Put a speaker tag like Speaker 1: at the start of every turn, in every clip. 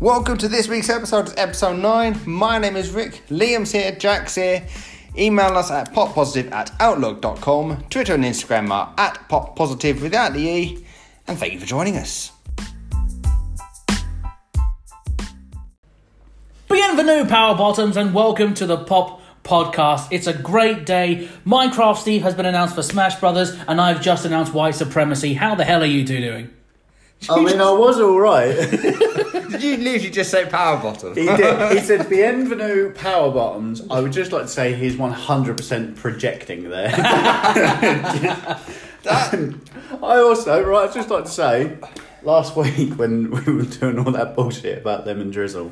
Speaker 1: Welcome to this week's episode, it's episode 9. My name is Rick, Liam's here, Jack's here. Email us at poppositive at outlook.com. Twitter and Instagram are at poppositive without the E. And thank you for joining us.
Speaker 2: Bienvenue, Power Bottoms, and welcome to the Pop Podcast. It's a great day. Minecraft Steve has been announced for Smash Brothers, and I've just announced White Supremacy. How the hell are you two doing?
Speaker 3: I mean, I was all right. he
Speaker 1: Did you literally just say power bottom?
Speaker 3: did. He said, "Bienvenue, power bottoms." I would just like to say he's one hundred percent projecting there. I also, right, I'd just like to say, last week when we were doing all that bullshit about lemon drizzle,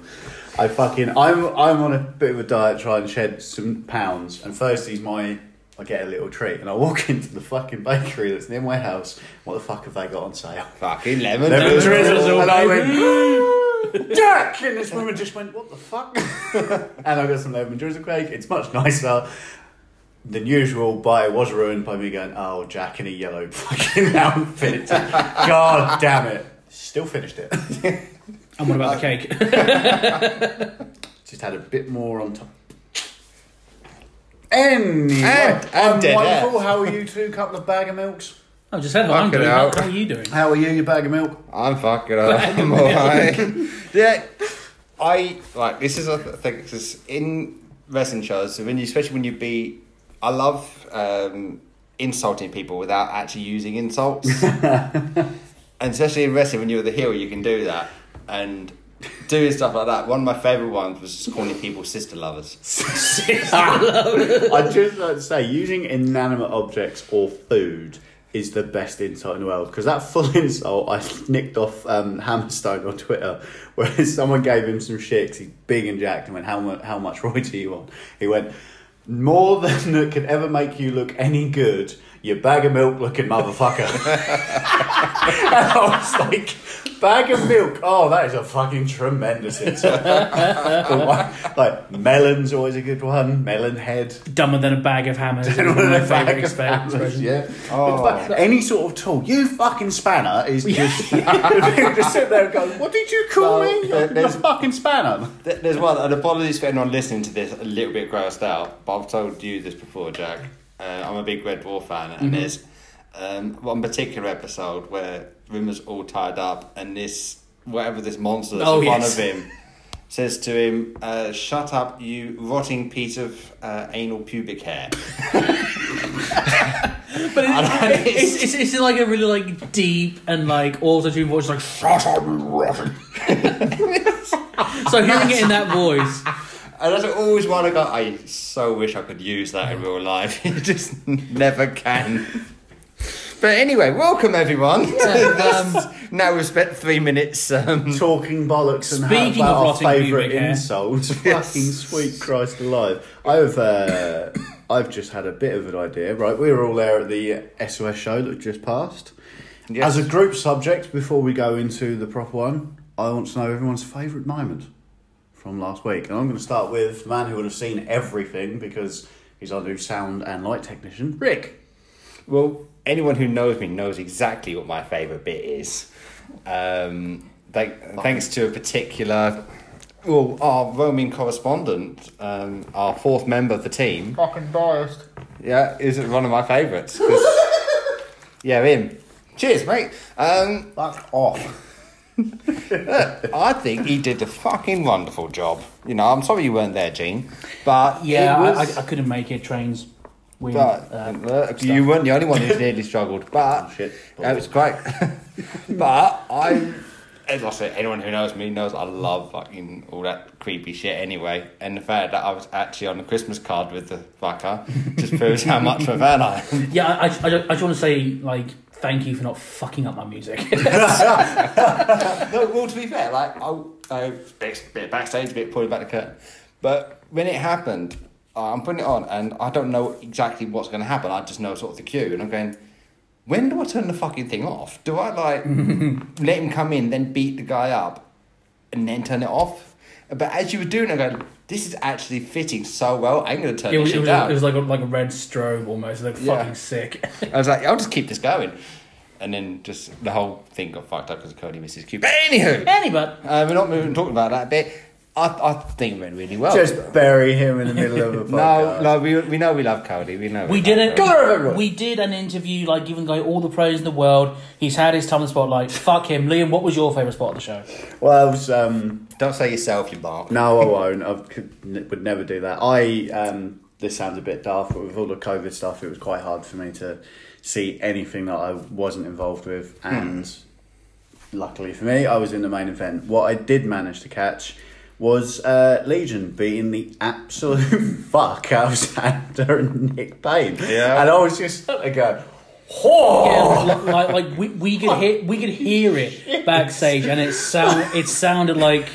Speaker 3: I fucking, I'm, I'm on a bit of a diet trying to shed some pounds, and Thursday's my, I get a little treat, and I walk into the fucking bakery that's near my house. What the fuck have they got on sale?
Speaker 1: Fucking lemon.
Speaker 3: Lemon
Speaker 1: drizzle.
Speaker 3: drizzle,
Speaker 2: And I
Speaker 3: baby. Jack! And this woman just went, what the fuck? and I got some lemon drizzle cake. It's much nicer than usual, but it was ruined by me going, oh, Jack in a yellow fucking outfit. God damn it. Still finished it.
Speaker 2: And what about the cake?
Speaker 3: Just had a bit more on top. Anyway,
Speaker 1: And- and
Speaker 3: I'm
Speaker 1: dead
Speaker 3: wonderful.
Speaker 1: ass.
Speaker 3: How are you two? Couple of bag of milks.
Speaker 2: I just said what I'm
Speaker 1: Fucking
Speaker 2: doing.
Speaker 1: hell.
Speaker 2: How are you doing?
Speaker 3: How are you? Your bag of milk?
Speaker 1: I'm fucking up. I'm alright. yeah, I like this is a th- thing because in wrestling shows, when you, especially when you beat, I love um, insulting people without actually using insults, and especially in wrestling when you're the heel, you can do that and doing stuff like that. One of my favorite ones was just calling people sister lovers.
Speaker 3: I'd just like to say, using inanimate objects or food is the best insult in the world because that full insult I nicked off um, Hammerstone on Twitter, where someone gave him some shit 'cause he's big and jacked and went, "How much? How much Roy do you want?" He went, "More than that could ever make you look any good." You bag of milk looking motherfucker. and I was like, bag of milk. Oh, that is a fucking tremendous insult. The one- like melon's always a good one. Melon head.
Speaker 2: Dumber than a bag of hammers. is
Speaker 3: Put
Speaker 2: one
Speaker 3: it
Speaker 2: of
Speaker 3: in
Speaker 2: my
Speaker 3: a bag
Speaker 2: favourite
Speaker 3: of
Speaker 2: expe-
Speaker 3: hammers,
Speaker 2: expressions.
Speaker 3: Yeah.
Speaker 1: Oh.
Speaker 3: But fuck, Any sort of tool. You fucking spanner is just. people just sit there and go, What did you call
Speaker 1: Well,
Speaker 3: me?
Speaker 1: there-
Speaker 3: You're
Speaker 1: there's-
Speaker 3: fucking spanner.
Speaker 1: Th- There's one, and apologies for anyone listening to this a little bit grossed out, but I've told you this before, Jack. Uh, I'm a big Red Dwarf fan,
Speaker 2: Mm-hmm.
Speaker 1: and there's um, one particular episode where Rimmer's all tied up, and this, whatever this monster that's
Speaker 2: Oh,
Speaker 1: in front
Speaker 2: yes.
Speaker 1: of him, says to him, uh, Shut up, you rotting piece of uh, anal pubic hair.
Speaker 2: But it-
Speaker 1: And
Speaker 2: it- it's, it's, it's like a really like deep and like auto-tune voice, like shut up, you rotten. so hearing it in that voice,
Speaker 1: And that's always one I go, I so wish I could use that in real life. You just never can. But anyway, welcome everyone.
Speaker 2: Yeah,
Speaker 1: now we've spent three minutes. Um,
Speaker 3: Talking bollocks and how
Speaker 2: Speaking
Speaker 3: about
Speaker 2: of
Speaker 3: our
Speaker 2: rotting
Speaker 3: favourite
Speaker 2: pubic hair.
Speaker 3: insults.
Speaker 1: Yes.
Speaker 3: Fucking sweet Christ alive. I've uh, I've just had a bit of an idea, right? We were all there at the SOS show that just passed.
Speaker 1: Yes.
Speaker 3: As a group subject, before we go into the proper one, I want to know everyone's favourite moment from last week. And I'm going to start with the man who would have seen everything because he's our new sound and light technician, Rick.
Speaker 1: well, anyone who knows me knows exactly what my favourite bit is. Um, thank, thanks to a particular, well, our roaming correspondent, um, our fourth member of the team.
Speaker 2: fucking biased.
Speaker 1: Yeah, is one of my favourites. 'cause- yeah, him. Cheers, mate. Um,
Speaker 3: Fuck off.
Speaker 1: I think he did a fucking wonderful job. You know, I'm sorry you weren't there, Gene, but
Speaker 2: Yeah,
Speaker 1: it
Speaker 2: I,
Speaker 1: was-
Speaker 2: I, I couldn't make it. Trains, wind,
Speaker 1: but
Speaker 2: uh, Oh,
Speaker 1: uh, you weren't the only one who nearly struggled. But
Speaker 3: Shit.
Speaker 1: it was great. but I, as I said, anyone who knows me knows I love fucking all that creepy shit anyway. And the fact that I was actually on a Christmas card with the fucker just proves how much of a fan I am.
Speaker 2: yeah, I, I, I, ju- I just want to say like thank you for not fucking up my music.
Speaker 1: no, well, to be fair, like, I, I bit, bit backstage, bit pulled back the curtain. But when it happened, uh, I'm putting it on, and I don't know exactly what's going to happen. I just know sort of the cue, and I'm going, when do I turn the fucking thing off? Do I, like, let him come in, then beat the guy up, and then turn it off? But as you were doing it, I go, this is actually fitting so well. I'm going to turn
Speaker 2: it,
Speaker 1: this
Speaker 2: was,
Speaker 1: shit
Speaker 2: it, was,
Speaker 1: down.
Speaker 2: it was like a, like a red strobe almost. Like
Speaker 1: Yeah.
Speaker 2: fucking sick.
Speaker 1: I was like, I'll just keep this going. and then just the whole thing got fucked up because Cody missed his cue. But anywho,
Speaker 2: Anyway,
Speaker 1: uh, we're not even talking about that bit. I, I think it went really well.
Speaker 3: Just bury him in the middle of a
Speaker 1: no,
Speaker 3: podcast.
Speaker 1: no, we, we know we love Cody. We know
Speaker 2: we
Speaker 1: love
Speaker 2: did it.
Speaker 1: Cody.
Speaker 3: Colour of everyone.
Speaker 2: We did an interview, like giving the guy all the praise in the world. He's had his time in the spotlight. Fuck him, Liam. What was your favourite spot of the show?
Speaker 3: Well, I was, um,
Speaker 1: Don't say yourself, you bark.
Speaker 3: no, I won't. I could, n- would never do that. I um, this sounds a bit daft, but with all the COVID stuff, it was quite hard for me to see anything that I wasn't involved with. And luckily for me, I was in the main event. What I did manage to catch was uh, Legion beating the absolute fuck out of Sander and Nick Payne.
Speaker 1: Yeah.
Speaker 3: and I was just sat there going, "Whoa!"
Speaker 2: Yeah, like, like, like we, we could hear we could hear it backstage, and it sound it sounded like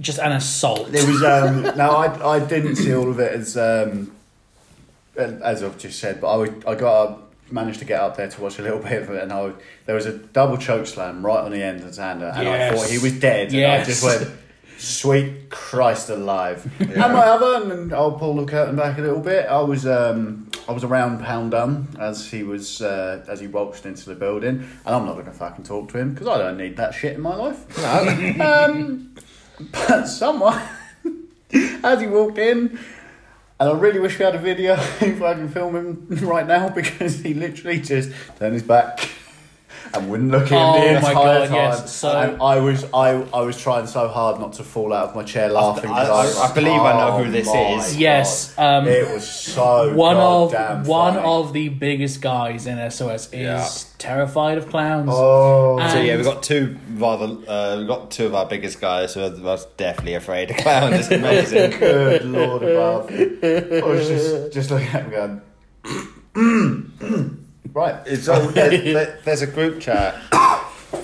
Speaker 2: just an assault.
Speaker 3: It was um, no, I I didn't see all of it as um, as I've just said, but I would, I got up, managed to get up there to watch a little bit of it, and I would, there was a double choke slam right on the end of Xander, and
Speaker 2: Yes.
Speaker 3: I thought he was dead, and I
Speaker 2: Yes.
Speaker 3: just went. Sweet Christ alive! And my other, and I'll pull the curtain back a little bit. I was, um, I was around Pound Dumb as he was, uh, as he waltzed into the building, and I'm not going to fucking talk to him because I don't need that shit in my life. um, but someone, as he walked in, and I really wish we had a video if I can film him right now because he literally just turned his back and wouldn't look in
Speaker 2: Oh
Speaker 3: the
Speaker 2: my
Speaker 3: entire
Speaker 2: God,
Speaker 3: time.
Speaker 2: yes, so-
Speaker 3: and I was I, I was trying so hard not to fall out of my chair laughing.
Speaker 1: I-
Speaker 3: 'cause I, was
Speaker 1: I- I believe I know
Speaker 3: like,
Speaker 1: who this
Speaker 3: "Oh
Speaker 1: is."
Speaker 3: my
Speaker 2: Yes,
Speaker 3: God."
Speaker 2: um,
Speaker 3: it was so
Speaker 2: one of
Speaker 3: goddamn
Speaker 2: one
Speaker 3: funny.
Speaker 2: of the biggest guys in SOS is
Speaker 1: Yeah.
Speaker 2: terrified of clowns.
Speaker 3: oh
Speaker 1: So yeah,
Speaker 2: And-
Speaker 1: we've got two rather uh, we've got two of our biggest guys who are the most definitely afraid of clowns. It's amazing.
Speaker 3: good lord above. I was just just looking at him going. Right.
Speaker 1: It's all, there- there- there's a group chat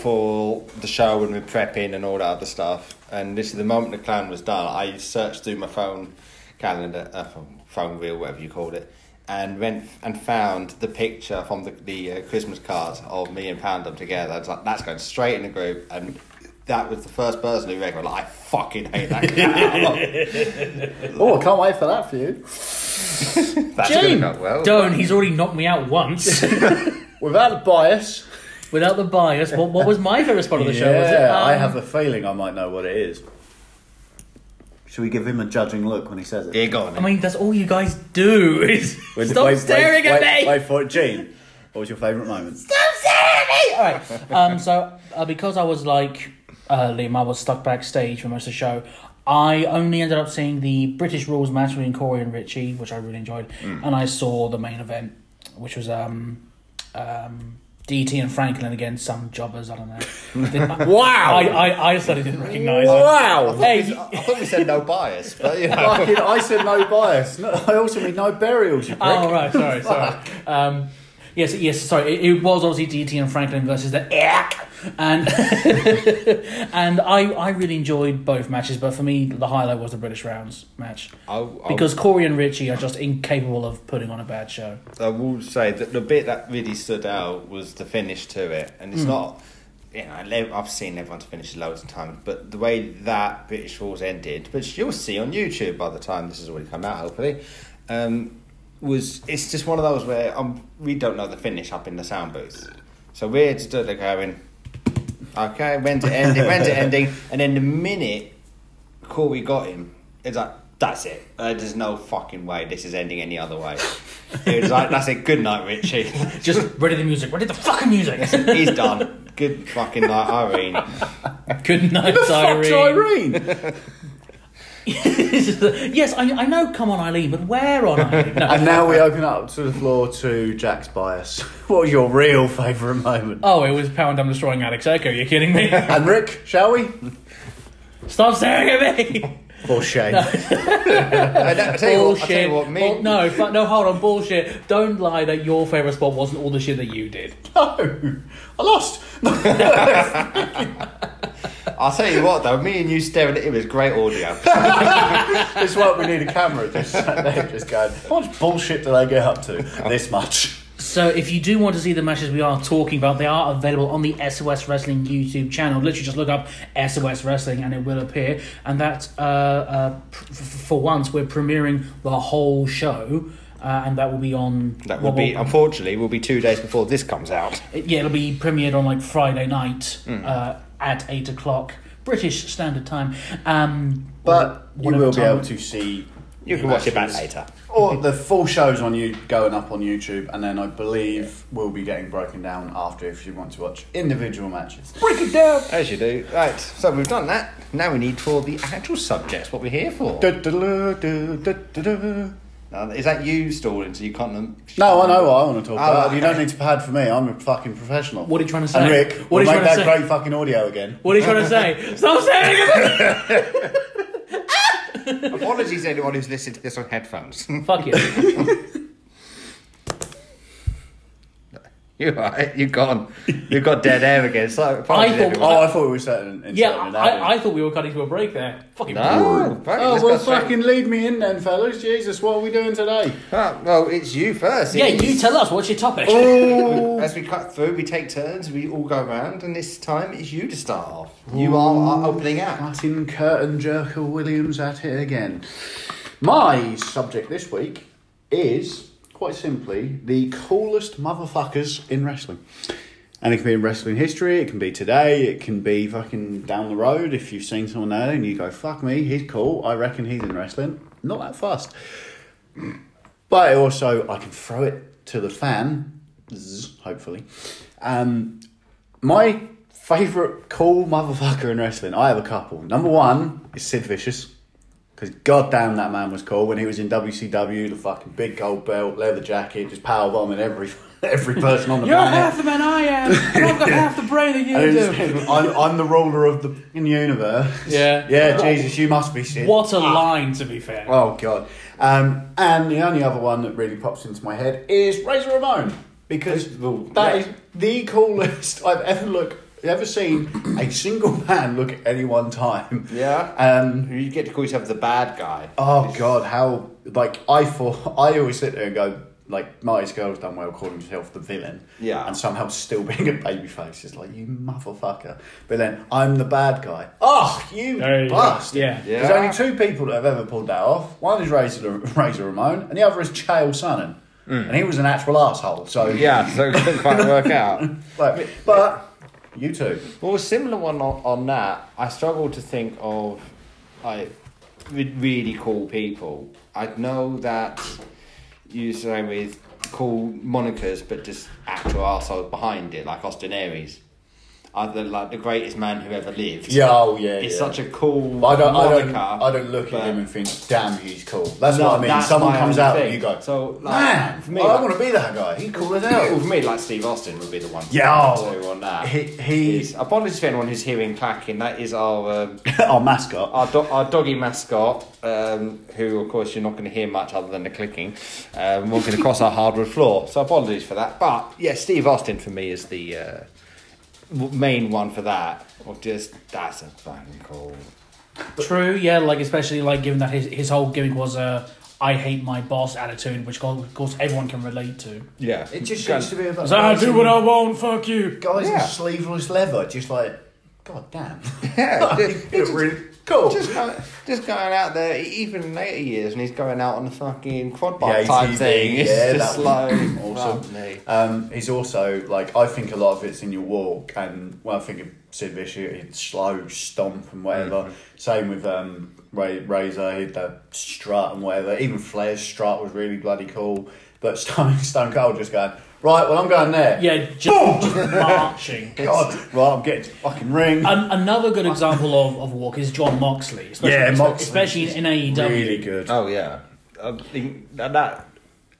Speaker 1: for the show when we're prepping and all that other stuff. And this is the moment the clown was done. I searched through my phone calendar, uh, phone reel, whatever you called it, and went and found the picture from the, the uh, Christmas cards of me and Pandem together. It's like that's going straight in the group, and that was the first person who reckoned like, I fucking hate that clown.
Speaker 3: Oh, I can't wait for that for you.
Speaker 1: that's
Speaker 2: Jane,
Speaker 1: going to go well.
Speaker 2: don't. He's already knocked me out once
Speaker 3: Without a bias.
Speaker 2: without the bias. What, what was my favorite spot of the
Speaker 3: yeah,
Speaker 2: show? was it?
Speaker 3: I
Speaker 2: Um,
Speaker 3: have a feeling I might know what it is. Should we give him a judging look when he says it?
Speaker 1: Yeah, go on.
Speaker 2: I
Speaker 1: then.
Speaker 2: mean, that's all you guys do is
Speaker 3: Wait,
Speaker 2: stop
Speaker 3: wait,
Speaker 2: staring
Speaker 3: wait,
Speaker 2: at
Speaker 3: wait,
Speaker 2: me.
Speaker 3: Wait for it, Gene. What was your favourite moment?
Speaker 2: Stop staring at me. All right. Um. So uh, because I was like uh, Liam, I was stuck backstage for most of the show. I only ended up seeing the British rules match between Corey and Richie, which I really enjoyed,
Speaker 3: Hmm.
Speaker 2: and I saw the main event, which was um, um, DT and Franklin against some jobbers. I don't know. Didn't-
Speaker 3: Wow!
Speaker 2: I, I, I certainly didn't recognise. them.
Speaker 3: wow!
Speaker 2: Hey,
Speaker 1: I thought we said no bias, but you know.
Speaker 3: Fucking, I said no bias. No, I also mean no burials, you prick.
Speaker 2: Oh right, sorry, sorry. Um, yes, yes, sorry. It, it was obviously DT and Franklin versus the Eck, and and I I really enjoyed both matches, but for me the highlight was the British rounds match
Speaker 1: I'll- I'll-
Speaker 2: because Corey and Richie are just incapable of putting on a bad show.
Speaker 1: I will say that the bit that really stood out was the finish to it, and it's not. You know, I le- I've seen everyone's finishes loads of times, but the way that British Rules ended, which you'll see on YouTube by the time this has already come out, hopefully, um, was it's just one of those where um, we don't know the finish up in the sound booth, so we're just there going, okay, when's it ending? when's it ending? And then the minute Corey got him. It's like, that's it. Uh, there's no fucking way this is ending any other way. It was like, that's it. Good night, Richie.
Speaker 2: Just ready the music, ready the fucking music.
Speaker 1: He's done. Good fucking night, Irene.
Speaker 2: Good night,
Speaker 3: the fuck's
Speaker 2: Irene.
Speaker 3: Irene?
Speaker 2: yes, I, I know. Come on, Eileen, but where on Eileen? No.
Speaker 3: and now we open up to the floor to Jack's bias. What was your real favourite moment?
Speaker 2: Oh, it was Pound Dumb destroying Alex Echo. You're kidding me?
Speaker 3: And Rick, shall we?
Speaker 2: Stop staring at me.
Speaker 3: For shame.
Speaker 1: I don't- I tell you what, I tell
Speaker 2: Bullshit.
Speaker 1: you what, me.
Speaker 2: Bull- no, fu- no, hold on. Bullshit. Don't lie that your favourite spot wasn't all the shit that you did.
Speaker 3: No, I lost.
Speaker 1: I'll tell you what though, me and you staring at him is great audio.
Speaker 3: It's why we need a camera. Just sat there, just going. How much bullshit did I get up to? This much.
Speaker 2: So, if you do want to see the matches we are talking about, they are available on the SOS Wrestling YouTube channel. Literally, just look up SOS Wrestling and it will appear. And that, uh, uh, pr- f- for once, we're premiering the whole show. uh, and that will be on.
Speaker 1: That will
Speaker 2: well,
Speaker 1: be um,
Speaker 2: well,
Speaker 1: unfortunately will be two days before this comes out.
Speaker 2: yeah, it'll be premiered on like Friday night
Speaker 1: Hmm.
Speaker 2: uh, at eight o'clock British Standard Time. Um,
Speaker 3: But
Speaker 2: or
Speaker 3: you
Speaker 2: whatever
Speaker 3: will be
Speaker 2: time-
Speaker 3: able to see.
Speaker 1: You can watch it back later.
Speaker 3: Or the full shows on you going up on YouTube, and then I believe we'll be getting broken down after if you want to watch individual matches.
Speaker 2: break it down.
Speaker 1: As you do. Right, so we've done that. Now we need for the actual subjects, what we're here for.
Speaker 3: No,
Speaker 1: Now, is that you stalling so you can't... Um,
Speaker 3: I know what I want to talk about.
Speaker 1: okay.
Speaker 3: You don't need to pad for me. I'm a fucking professional.
Speaker 2: Ah. What are you trying to say?
Speaker 3: and Rick,
Speaker 2: what
Speaker 3: we'll
Speaker 2: are you
Speaker 3: make
Speaker 2: trying to
Speaker 3: that
Speaker 2: say?
Speaker 3: great fucking audio again.
Speaker 2: What are you trying to say? Stop saying it.
Speaker 1: Apologies to anyone who's listening to this on headphones.
Speaker 2: Fuck you.
Speaker 1: you are, you've gone, you've got dead air again. So apologies
Speaker 2: I thought-
Speaker 1: everyone.
Speaker 3: Oh, I thought we were certain.
Speaker 2: Yeah, I, I thought we were cutting to a break there. Fucking
Speaker 1: No, fuck,
Speaker 3: Oh,
Speaker 1: let's
Speaker 3: well,
Speaker 1: go straight-
Speaker 3: fucking lead me in then, fellas. Jesus, what are we doing today?
Speaker 1: Ah, well, it's you first.
Speaker 2: Yeah,
Speaker 1: It's-
Speaker 2: you tell us. What's your topic?
Speaker 1: As we cut through, we take turns, we all go around, and this time it's you to start off. You are our opening act.
Speaker 3: Martin Curtin Jerker Williams at it again. My subject this week is quite simply the coolest motherfuckers in wrestling. And it can be in wrestling history, it can be today, it can be fucking down the road if you've seen someone there and you go, fuck me, he's cool, I reckon he's in wrestling. Not that fast. But also, I can throw it to the fan, zzz, hopefully. Um, my favourite cool motherfucker in wrestling, I have a couple. Number one is Sid Vicious. Because goddamn, that man was cool when he was in WCW, the fucking big gold belt, leather jacket, just power bombing every every person on the
Speaker 2: You're
Speaker 3: planet.
Speaker 2: half the man I am, and I've got half the brain that
Speaker 3: And
Speaker 2: you
Speaker 3: it's-
Speaker 2: do.
Speaker 3: I'm, I'm the ruler of the fucking universe.
Speaker 2: Yeah.
Speaker 3: Yeah, Jesus, you must be Sid.
Speaker 2: What a line, to be fair.
Speaker 3: Oh god. Um, and the only other one that really pops into my head is Razor Ramon because that is
Speaker 1: Well, yeah.
Speaker 3: the coolest I've ever look ever seen a single man look at any one time.
Speaker 1: Yeah.
Speaker 3: Um,
Speaker 1: You get to call yourself the bad guy.
Speaker 3: Oh god, how like I thought I always sit there and go like Marty's girl's done well calling himself the villain,
Speaker 1: Yeah.
Speaker 3: and somehow still being a babyface. It's like you motherfucker. But then I'm the bad guy. Oh, you
Speaker 2: There you go.
Speaker 3: bastard!
Speaker 2: Yeah.
Speaker 1: Yeah.
Speaker 3: There's only two people that have ever pulled that off. One is Razor Razor Ramon, and the other is Chael Sonnen, and he was an actual asshole. So
Speaker 1: Mm. Yeah, so it couldn't quite work out.
Speaker 3: but, but you two,
Speaker 1: Well, a similar one on, on that, I struggle to think of like re- really cool people. I know that you say with cool monikers, but just actual arseholes behind it, like Austin Aries. Other like the greatest man who ever lived.
Speaker 3: yeah, oh yeah,
Speaker 1: It's
Speaker 3: yeah.
Speaker 1: such a cool
Speaker 3: I don't, I
Speaker 1: moniker.
Speaker 3: don't, I don't look at
Speaker 1: but-
Speaker 3: him and think, damn, he's cool. That's
Speaker 1: No,
Speaker 3: what I mean.
Speaker 1: that's
Speaker 3: Someone
Speaker 1: my
Speaker 3: comes
Speaker 1: own
Speaker 3: out
Speaker 1: thing.
Speaker 3: and you go,
Speaker 1: So, like,
Speaker 3: man,
Speaker 1: for me,
Speaker 3: I
Speaker 1: like-
Speaker 3: want to be that guy. He's cool as
Speaker 1: Well,
Speaker 3: hell.
Speaker 1: for me, like Steve Austin would be the one. to
Speaker 3: Yeah.
Speaker 1: go to on that.
Speaker 3: He- he-
Speaker 1: Is- apologies for anyone who's hearing clacking. That is our. Um,
Speaker 3: Our mascot.
Speaker 1: our, do- our doggy mascot, um, who of course you're not going to hear much other than the clicking, um, walking across our hardwood floor. So apologies for that. But yeah, Steve Austin for me is the uh, w- main one for that. Or just that's a fucking cool.
Speaker 2: True, yeah, like especially like given that his, his whole gimmick was a I hate my boss attitude, which co- of course everyone can relate to.
Speaker 1: Yeah,
Speaker 3: It just used to be about
Speaker 2: So I
Speaker 3: guys
Speaker 2: do
Speaker 3: in-
Speaker 2: what I want, fuck you.
Speaker 3: guys
Speaker 1: Yeah.
Speaker 3: in sleeveless leather, just like, god damn.
Speaker 1: Yeah,
Speaker 3: You
Speaker 1: just-
Speaker 3: look really cool.
Speaker 1: Just going, just going out there, e, even in later years, and he's going out on the fucking quad bike
Speaker 3: Yeah,
Speaker 1: type
Speaker 3: ATV,
Speaker 1: thing. It's
Speaker 3: yeah,
Speaker 1: just
Speaker 3: that
Speaker 1: like
Speaker 3: one. Awesome.
Speaker 1: fuck me.
Speaker 3: Um, he's also like I think a lot of it's in your walk, and well, I think of Sid Vicious, he'd slow stomp and whatever. Same with um, Ray Razor, he'd the strut and whatever. Even Flair's strut was really bloody cool. But Stone Stone Cold just going right. Well, I'm going there.
Speaker 2: Yeah, just, just marching.
Speaker 3: God, right, I'm getting to the fucking ring.
Speaker 2: An, another good example of, of walk is John Moxley, especially,
Speaker 3: Yeah, Moxley.
Speaker 2: especially in E AEW.
Speaker 3: really good.
Speaker 1: Oh yeah, I think that, that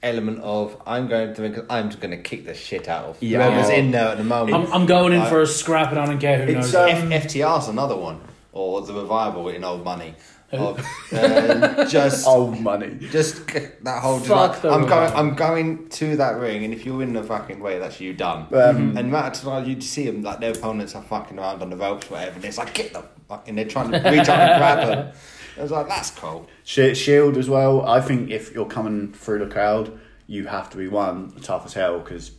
Speaker 1: element of I'm going to I'm just going to kick the shit out of
Speaker 3: Yeah.
Speaker 1: whoever's in there at the moment.
Speaker 2: I'm, um, I'm going in for a scrap and I don't care who
Speaker 3: It's,
Speaker 2: knows.
Speaker 3: uh,
Speaker 2: it.
Speaker 1: F- FTR's another one, or the revival in Old Money. Of, uh, just
Speaker 3: Old money.
Speaker 1: just c- that whole. just
Speaker 2: Fuck
Speaker 1: like,
Speaker 2: the
Speaker 1: I'm going.
Speaker 2: revival.
Speaker 1: I'm going to that ring, and if you're in the fucking way, that's you done.
Speaker 2: Mm-hmm.
Speaker 3: Um,
Speaker 1: and Matt, tonight you see them like their opponents are fucking around on the ropes, whatever. And it's like get them, like, and they're trying to reach out and grab them. I was like, that's cool.
Speaker 3: Shi Shield as well. I think if you're coming through the crowd, you have to be one tough as hell because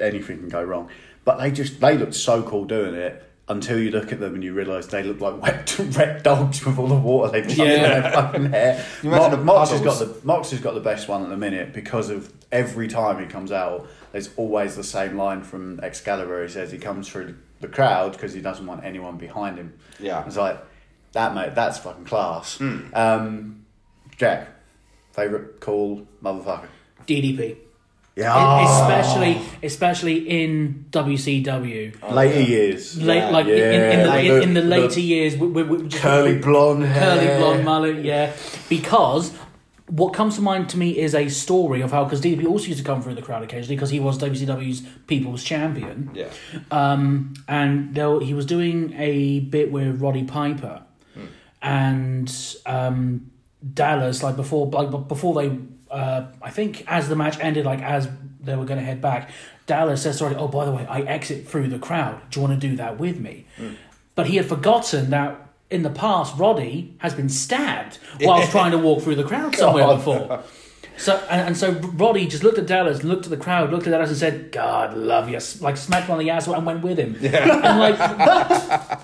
Speaker 3: anything can go wrong. But they just they looked so cool doing it, until you look at them and you realise they look like wet, wet dogs with all the water they've got
Speaker 2: Yeah.
Speaker 3: in their fucking hair.
Speaker 1: You imagine
Speaker 3: Mo-
Speaker 1: the
Speaker 3: Mox has got
Speaker 1: puddles.
Speaker 3: the Mox has got the best one at the minute because of every time he comes out, there's always the same line from Excalibur. He says he comes through the crowd because he doesn't want anyone behind him.
Speaker 1: Yeah.
Speaker 3: it's like that, mate. That's fucking class. Um, Jack, favorite cool motherfucker.
Speaker 2: DDP.
Speaker 3: Yeah,
Speaker 2: Especially, especially in WCW,
Speaker 3: later years,
Speaker 2: late
Speaker 1: Yeah.
Speaker 2: like in- in, in, the,
Speaker 3: Yeah.
Speaker 2: in, in the
Speaker 3: The-
Speaker 2: later years, with, with, with just
Speaker 3: curly blonde hair,
Speaker 2: curly blonde mullet, yeah. Because what comes to mind to me is a story of how, because DDP also used to come through the crowd occasionally because he was WCW's People's Champion.
Speaker 1: Yeah.
Speaker 2: Um, and there, he was doing a bit with Roddy Piper, and um, Dallas like before like b- before they uh, I think as the match ended like as they were going to head back, Dallas says sorry. Oh by the way, I exit through the crowd. Do you want to do that with me? But he had forgotten that. In the past, Roddy has been stabbed whilst trying to walk through the crowd somewhere
Speaker 3: God.
Speaker 2: before. So and, and so Roddy just looked at Dallas, looked at the crowd, looked at Dallas, and said, "God love you," like smacked him on the ass and went with him. And like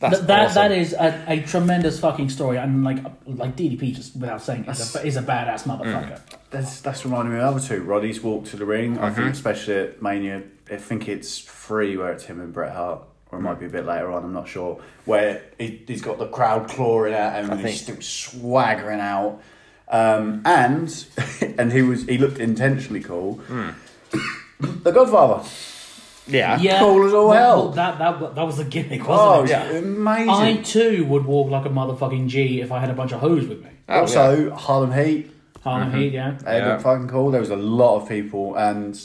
Speaker 1: That's
Speaker 2: Th- that
Speaker 1: awesome.
Speaker 2: that is a, a tremendous fucking story, and like uh, like DDP just without saying is a, is a badass
Speaker 3: Mm.
Speaker 2: motherfucker.
Speaker 3: That's that's reminding me of the other two. Roddy's walk to the ring. I
Speaker 1: Mm-hmm.
Speaker 3: think especially at Mania. I think it's three where it's him and Bret Hart, or it might be a bit later on. I'm not sure. Where he, he's got the crowd clawing at him, and he's still swaggering out. Um, and and he was he looked intentionally cool.
Speaker 1: Hmm.
Speaker 3: the Godfather,
Speaker 1: Yeah.
Speaker 2: Yeah,
Speaker 3: Cool as all
Speaker 2: that,
Speaker 3: hell.
Speaker 2: That, that wa- that was the gimmick,
Speaker 3: oh,
Speaker 2: wasn't it?
Speaker 1: yeah.
Speaker 3: amazing.
Speaker 2: I too would walk like a motherfucking G if I had a bunch of hoes with me.
Speaker 1: Oh, yeah.
Speaker 3: also, Harlem Heat.
Speaker 2: Harlem Heat, yeah.
Speaker 3: They
Speaker 1: Yeah.
Speaker 3: looked fucking cool. There was a lot of people, and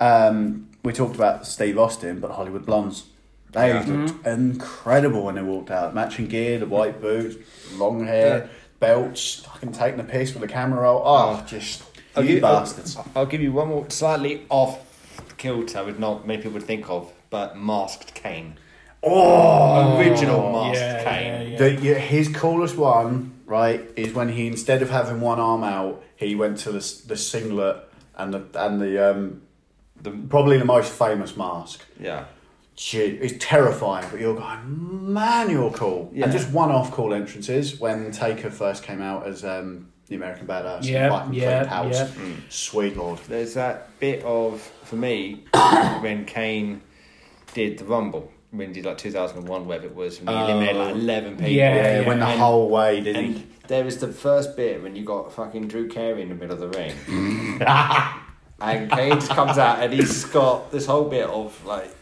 Speaker 3: um, we talked about Steve Austin, but Hollywood Blondes. They
Speaker 1: Yeah.
Speaker 3: looked incredible when they walked out. Matching gear, the white boots, long hair, belts, fucking taking the piss with the camera roll. Oh, just
Speaker 1: I'll
Speaker 3: you
Speaker 1: give-
Speaker 3: bastards.
Speaker 1: I'll, I'll give you one more slightly off kilter, would not many people would think of, but masked Kane.
Speaker 3: Oh,
Speaker 1: Original masked
Speaker 2: yeah, yeah,
Speaker 1: Kane.
Speaker 2: yeah.
Speaker 3: The, yeah, his coolest one, right, is when he instead of having one arm out, he went to the s- the singlet and the and the um,
Speaker 1: The-
Speaker 3: probably the most famous mask.
Speaker 1: Yeah.
Speaker 3: shit, it's terrifying, but you're going, man, you're cool.
Speaker 1: Yeah.
Speaker 3: And just one off cool entrances when Taker first came out as um, the American Badass.
Speaker 2: Yeah,
Speaker 3: fucking cleaned
Speaker 2: yeah,
Speaker 3: house.
Speaker 2: yeah.
Speaker 3: Sweet lord.
Speaker 1: There's that bit of, for me, when Kane did the Rumble, when he did like 2001, where it was, when he eliminated like 11 people.
Speaker 2: Oh, Yeah,
Speaker 3: Yeah,
Speaker 2: yeah.
Speaker 3: went the
Speaker 1: And-
Speaker 3: whole way, didn't he?
Speaker 1: And there was the first bit when you got fucking Drew Carey in the middle of the ring. and Kane just comes out and he's got this whole bit of like,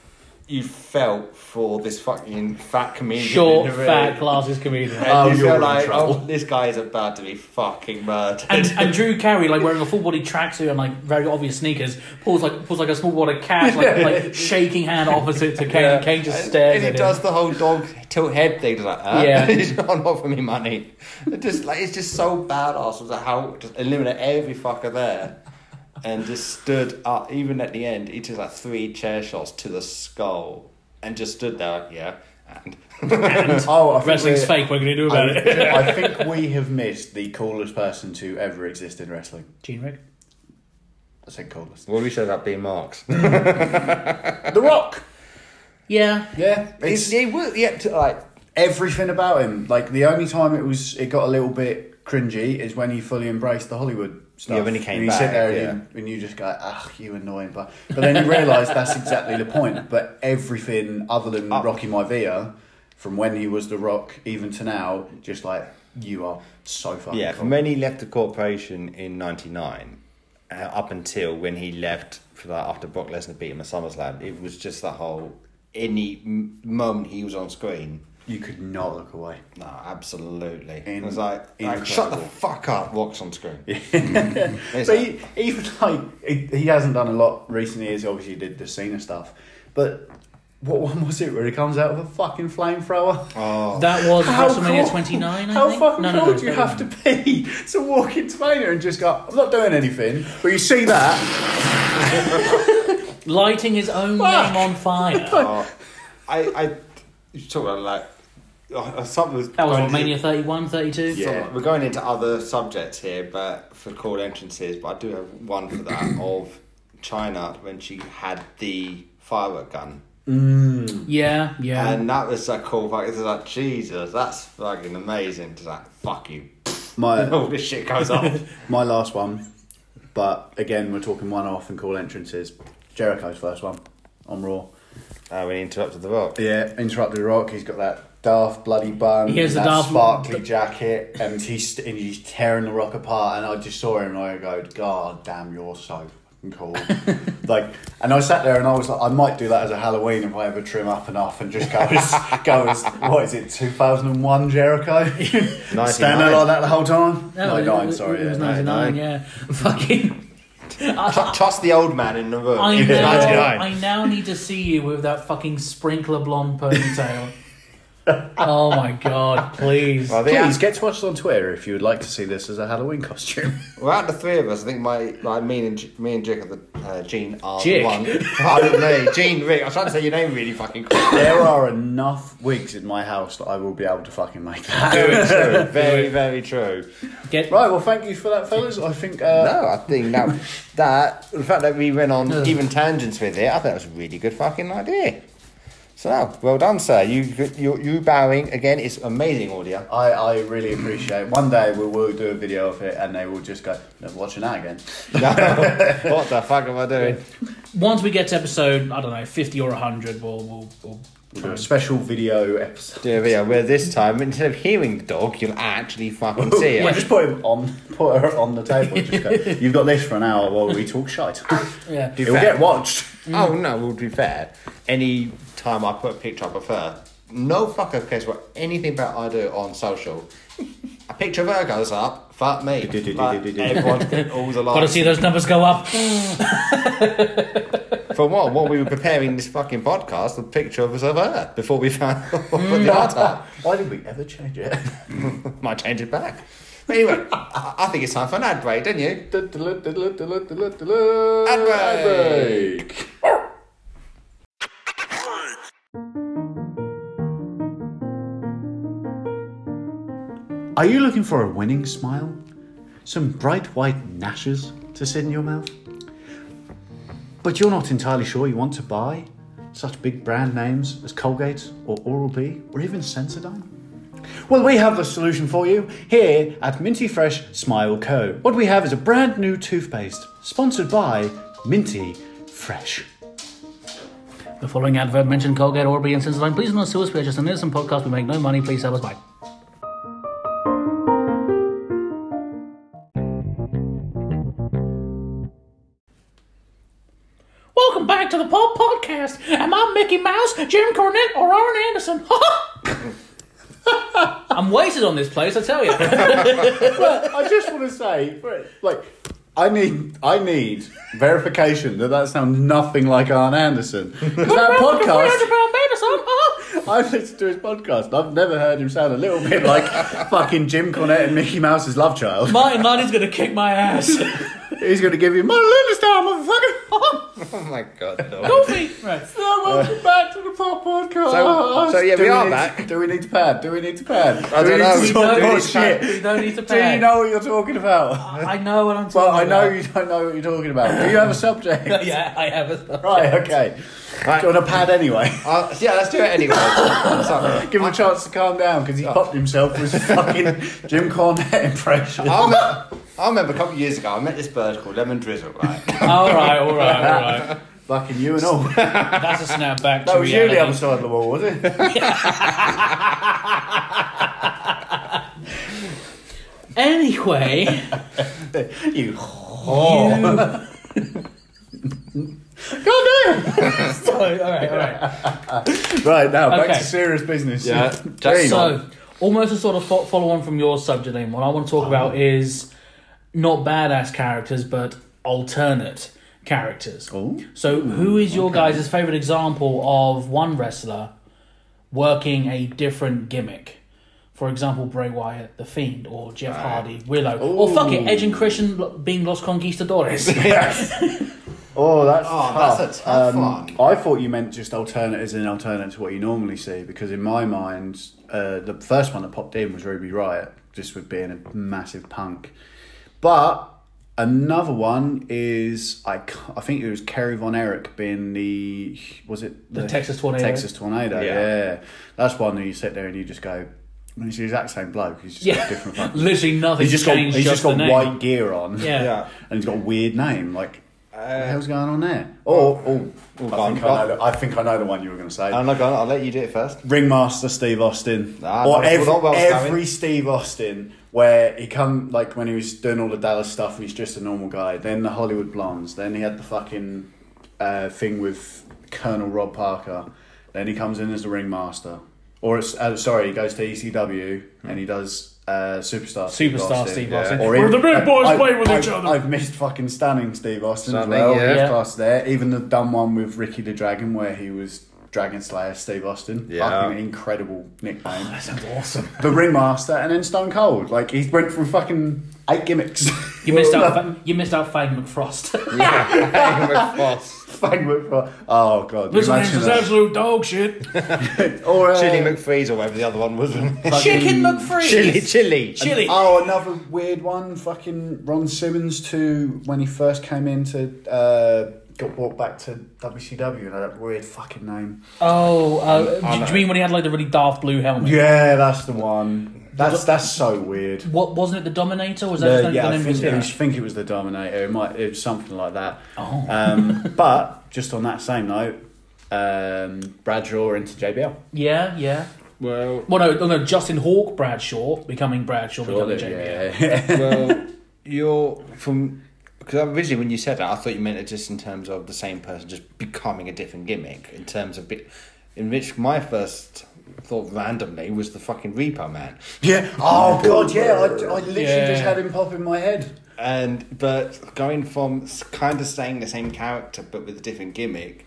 Speaker 1: you felt for this fucking fat comedian.
Speaker 2: Short,
Speaker 1: in the ring.
Speaker 2: fat, glasses comedian.
Speaker 1: And
Speaker 3: Oh,
Speaker 1: you
Speaker 3: you're
Speaker 1: feel
Speaker 3: in
Speaker 1: like,
Speaker 3: trouble.
Speaker 1: oh, this guy is about to be fucking murdered.
Speaker 2: And, and Drew Carey, like wearing a full body tracksuit and like very obvious sneakers, pulls like pulls like a small wad of cash, like, like shaking hand opposite to Kane.
Speaker 1: Yeah.
Speaker 2: and Kane just
Speaker 1: And-
Speaker 2: stares
Speaker 1: And
Speaker 2: at
Speaker 1: he
Speaker 2: him.
Speaker 1: does the whole dog tilt head thing like that.
Speaker 2: Yeah.
Speaker 1: he's not offering me money. It just like it's just so badass as to how just eliminate every fucker there, and just stood up. Even at the end, he took like three chair shots to the skull, and just stood there. Like, yeah, and
Speaker 3: Oh, I think
Speaker 2: Wrestling's
Speaker 3: we're-
Speaker 2: fake. What are you gonna do about it?
Speaker 3: I, I think we have missed the coolest person to ever exist in wrestling.
Speaker 2: Gene Rick.
Speaker 3: I said coolest.
Speaker 1: what do we say about being marks?
Speaker 3: the Rock!
Speaker 2: Yeah,
Speaker 3: Yeah.
Speaker 1: It's,
Speaker 3: It's
Speaker 1: it was yeah, to, like
Speaker 3: everything about him. Like, the only time it was, it got a little bit cringy is when he fully embraced the Hollywood stuff.
Speaker 1: Yeah, when he came
Speaker 3: and you sit
Speaker 1: back,
Speaker 3: there
Speaker 1: yeah.
Speaker 3: and, you, and you just go, ah, you annoying. But, but then you realise that's exactly the point. But everything other than Rocky Maivia, from when he was The Rock even to now, just like, you are so fucking
Speaker 1: yeah.
Speaker 3: cool.
Speaker 1: From when he left the corporation in '99, uh, up until when he left for that after Brock Lesnar beat him at SummerSlam, it was just that whole any m- moment he was on screen.
Speaker 3: You could not look away.
Speaker 1: No, absolutely. it
Speaker 3: In-
Speaker 1: was like, like shut the
Speaker 3: incredible.
Speaker 1: fuck up, Rock's on screen. It's
Speaker 3: But
Speaker 1: like-
Speaker 3: he, even like he, he hasn't done a lot recently. He's obviously did the Cena stuff, but what one was it where he comes out with a fucking flamethrower?
Speaker 1: oh,
Speaker 2: that was WrestleMania
Speaker 3: cool-
Speaker 2: 29. I
Speaker 3: how
Speaker 2: think.
Speaker 3: fucking
Speaker 2: no,
Speaker 3: cool
Speaker 2: no, no,
Speaker 3: do you
Speaker 2: it's not
Speaker 3: have to be to walk into Mania and just go, I'm not doing anything, but you see that?
Speaker 2: lighting his own
Speaker 3: Fuck.
Speaker 2: name on fire.
Speaker 1: oh, I, I, you talk about like oh, something was
Speaker 2: That was
Speaker 1: going
Speaker 2: what, Mania 31, 32?
Speaker 1: into-
Speaker 3: Yeah.
Speaker 1: We're going into other subjects here, but for cool entrances. But I do have one for that of China when she had the firework gun
Speaker 2: Yeah, yeah.
Speaker 1: And that was a cool fact. It's like Jesus, that's fucking amazing. It's like fuck you.
Speaker 3: My
Speaker 1: All this shit goes off.
Speaker 3: My last one, but again, we're talking one off and cool entrances. Jericho's first one on Raw.
Speaker 1: uh, we interrupted the vote.
Speaker 3: Yeah, interrupted Rock. He's got that daft bloody bun,
Speaker 2: He has the
Speaker 3: that
Speaker 2: daft-
Speaker 3: sparkly jacket, and he's and he's tearing the Rock apart. And I just saw him, and I go, "God damn, you're so fucking cool." like, and I sat there, and I was like, "I might do that as a Halloween if I ever trim up enough and just go as go as what is it, 2001 Jericho, stand there like that the whole time."
Speaker 2: No, it-
Speaker 3: nine,
Speaker 2: it-
Speaker 3: sorry,
Speaker 2: it was
Speaker 3: yeah.
Speaker 2: 99, yeah. Fucking. I,
Speaker 1: Toss the old man in the room.
Speaker 2: I
Speaker 1: It was
Speaker 2: now,
Speaker 1: 99.
Speaker 2: I now need to see you with that fucking sprinkler blonde ponytail. oh my god, please.
Speaker 1: Well, the
Speaker 3: Please get to us on Twitter if you would like to see this as a Halloween costume.
Speaker 1: Well, out of the three of us, I think my like me and J- me and Jake are the uh, Gene are
Speaker 2: Jick.
Speaker 1: the one. oh, no, Gene Rick. I was trying to say your name really fucking quick.
Speaker 3: there are enough wigs in my house that I will be able to fucking make that.
Speaker 1: Very true. Very very true.
Speaker 2: Get,
Speaker 3: Right, well, thank you for that, fellas. I think. Uh,
Speaker 1: No, I think that that the fact that we went on even tangents with it, I think that was a really good fucking idea. So now, well done, sir. You you you bowing again is amazing audio.
Speaker 3: I, I really appreciate. One day we will do a video of it, and they will just go, "No, watching that again."
Speaker 1: No, what the fuck am I doing?
Speaker 2: once we get to episode, I don't know, 50 or 100, we'll. we'll, we'll
Speaker 3: We'll do a special video episode.
Speaker 1: Yeah, but yeah. Where this time, instead of hearing the dog, you'll actually fucking see
Speaker 3: Yeah,
Speaker 1: it.
Speaker 3: just put him on, put her on the table. and Just go, You've got this for an hour while we talk shite.
Speaker 2: yeah.
Speaker 3: It'll get watched.
Speaker 1: Oh no, well to be fair, any time I put a picture up of her, no fucker cares what anything about I do on social. a picture of her goes up, fuck me.
Speaker 3: Do, do, do,
Speaker 1: Like,
Speaker 3: do, do, do.
Speaker 1: Everyone's all's
Speaker 2: Gotta see
Speaker 1: alive.
Speaker 2: those numbers go up.
Speaker 1: For one, while we were preparing this fucking podcast, the picture was of her before we found what the art up.
Speaker 3: Why did we ever change it?
Speaker 1: Might change it back. But anyway, I I think it's time for an ad break, don't you?
Speaker 3: Ad break. Are you looking for a winning smile? Some bright white gnashes to sit in your mouth? But you're not entirely sure you want to buy such big brand names as Colgate or Oral B or even Sensodyne? Well, we have the solution for you here at Minty Fresh Smile Co. What we have is a brand new toothpaste sponsored by Minty Fresh.
Speaker 2: The following advert mentioned Colgate, Orby, and Sensodyne. Please do not sue us. We are just an innocent podcast. We make no money. Please help us buy. Welcome back to the Pulp Podcast. Am I Mickey Mouse, Jim Cornette, or Arn Anderson? I'm wasted on this place, I tell you.
Speaker 3: I just want to say, like, I need I need verification that that sounds nothing like Arn Anderson. 'Cause that podcast, I've listened to his podcast, and I've never heard him sound a little bit like fucking Jim Cornette and Mickey Mouse's love child.
Speaker 2: Martin Lundy's gonna kick my ass.
Speaker 3: He's going to give you my little star, motherfucker.
Speaker 1: Oh my god, no.
Speaker 2: Goofy. Right.
Speaker 3: So welcome back to the Pop Podcast.
Speaker 1: So- so, yeah,
Speaker 3: Do
Speaker 1: we are
Speaker 3: need-
Speaker 1: back.
Speaker 3: Do we need to pad? Do we need to pad?
Speaker 1: I
Speaker 3: do we
Speaker 1: don't know.
Speaker 3: need To
Speaker 1: We
Speaker 3: talk
Speaker 2: don't
Speaker 3: about
Speaker 2: need
Speaker 1: to
Speaker 3: shit?
Speaker 2: We don't need to
Speaker 3: Do you
Speaker 2: pad.
Speaker 3: know what you're talking about?
Speaker 2: I know what I'm talking
Speaker 3: Well, I know
Speaker 2: about.
Speaker 3: you don't know what you're talking about. Do you have a subject?
Speaker 2: Yeah, I have it.
Speaker 3: Right, okay.
Speaker 1: Right.
Speaker 3: Do you want a pad anyway?
Speaker 1: Uh, so yeah, let's do it anyway. Sorry.
Speaker 3: Give him a chance to calm down because he popped himself with his fucking Jim Cornette impression.
Speaker 1: I remember, I remember a couple of years ago, I met this bird called Lemon Drizzle, right?
Speaker 2: All right, all right, all right.
Speaker 3: Fucking you and all. That
Speaker 2: That's a snapback. to
Speaker 3: was you the
Speaker 2: reality.
Speaker 3: other side of the wall, was it?
Speaker 2: Anyway,
Speaker 3: you. Oh.
Speaker 2: sorry, all right, all right.
Speaker 3: Right, now, back
Speaker 2: Okay.
Speaker 3: to serious business.
Speaker 1: Yeah.
Speaker 3: Jane.
Speaker 2: So, almost a sort of fo- follow on from your subject, name. What I want to talk
Speaker 3: Uh-huh.
Speaker 2: about is not badass characters, but alternate characters.
Speaker 3: Oh.
Speaker 2: So, who is your guys' favorite example of one wrestler working a different gimmick? For example, Bray Wyatt, The Fiend, or Jeff Hardy, Willow, or fuck it, Edge and Christian lo- being Los Conquistadores.
Speaker 3: Oh, that's
Speaker 1: Oh,
Speaker 3: tough. Um,
Speaker 1: that's a tough one.
Speaker 3: I thought you meant just alternatives and alternatives to what you normally see because in my mind, uh, the first one that popped in was Ruby Riot, just with being a massive punk. But Another one is I, ca- I think it was Kerry Von Erich being the was it
Speaker 2: The Texas tornado?
Speaker 3: Texas tornado,
Speaker 1: Yeah.
Speaker 3: yeah. That's one that you sit there and you just go, well, he's the exact same bloke. He's just got
Speaker 2: Yeah,
Speaker 3: a different. fucking-
Speaker 2: literally nothing.
Speaker 3: he's just got
Speaker 2: changed,
Speaker 3: he's just
Speaker 2: the
Speaker 3: got
Speaker 2: name.
Speaker 3: white gear on.
Speaker 2: Yeah.
Speaker 1: Yeah.
Speaker 3: and he's got a weird name. Like, what the
Speaker 1: Uh,
Speaker 3: hell's going on there? Oh, oh,
Speaker 1: Oh,
Speaker 3: I,
Speaker 1: gone.
Speaker 3: think I, know the, I think I know the one you were going to say.
Speaker 1: I'm not going. I'll let you do it first.
Speaker 3: Ringmaster Steve Austin,
Speaker 1: Ah,
Speaker 3: or
Speaker 1: no,
Speaker 3: every,
Speaker 1: not well,
Speaker 3: every
Speaker 1: Sammy.
Speaker 3: Steve Austin, where he come like when he was doing all the Dallas stuff and he's just a normal guy. Then the Hollywood Blondes. Then he had the fucking uh, thing with Colonel Rob Parker. Then he comes in as the Ringmaster, or it's, uh, sorry, he goes to ECW and he does uh, Superstar
Speaker 2: Superstar Steve
Speaker 1: Yeah.
Speaker 2: Austin.
Speaker 1: Or
Speaker 2: Where
Speaker 3: even-
Speaker 2: the big boys
Speaker 3: I've-
Speaker 2: play with
Speaker 3: I've-
Speaker 2: each other.
Speaker 3: I've missed fucking stunning Steve Austin
Speaker 1: Stunning,
Speaker 3: as well.
Speaker 1: yeah.
Speaker 3: He's
Speaker 2: Yeah.
Speaker 3: classed there. Even the dumb one with Ricky the Dragon, where he was Dragon Slayer Steve Austin.
Speaker 1: Yeah.
Speaker 3: Fucking incredible nickname.
Speaker 2: that sounds awesome.
Speaker 3: the Ringmaster, and then Stone Cold. Like he went from fucking eight gimmicks.
Speaker 2: You missed out. Fa- you missed out. Fang McFrost.
Speaker 1: Yeah.
Speaker 3: Fang McFly. Oh god. imagine that.
Speaker 2: dog shit.
Speaker 3: Or uh,
Speaker 1: Chili McFreeze or whatever the other one was.
Speaker 2: Chicken McFree.
Speaker 1: Chili, chili,
Speaker 2: Chili.
Speaker 3: Oh, another weird one. Fucking Ron Simmons to when he first came into uh, got brought back to WCW and had that weird fucking name.
Speaker 2: Oh, uh,
Speaker 1: I
Speaker 2: do,
Speaker 1: know.
Speaker 2: do you mean when he had like the really daft blue helmet?
Speaker 3: Yeah, that's the one. That's that's so weird.
Speaker 2: What wasn't it? The Dominator? Was that
Speaker 3: The,
Speaker 2: just
Speaker 3: yeah, I
Speaker 2: the name
Speaker 3: think,
Speaker 2: of
Speaker 3: it was,
Speaker 2: his
Speaker 3: think it was the Dominator. It might it was something like that.
Speaker 2: Oh.
Speaker 3: Um, but just on that same note, um, Bradshaw into JBL.
Speaker 2: Yeah, yeah.
Speaker 1: Well,
Speaker 2: Well, no, no, no. Justin Hawk Bradshaw becoming Bradshaw becoming JBL.
Speaker 3: Yeah.
Speaker 1: well, you're from because originally when you said that, I thought you meant it just in terms of the same person just becoming a different gimmick. In terms of, bit, in which my first thought randomly was the fucking Repo Man,
Speaker 3: yeah. Oh god. Yeah. I, I literally
Speaker 2: Yeah.
Speaker 3: just had him pop in my head.
Speaker 1: and but going from kind of saying the same character but with a different gimmick,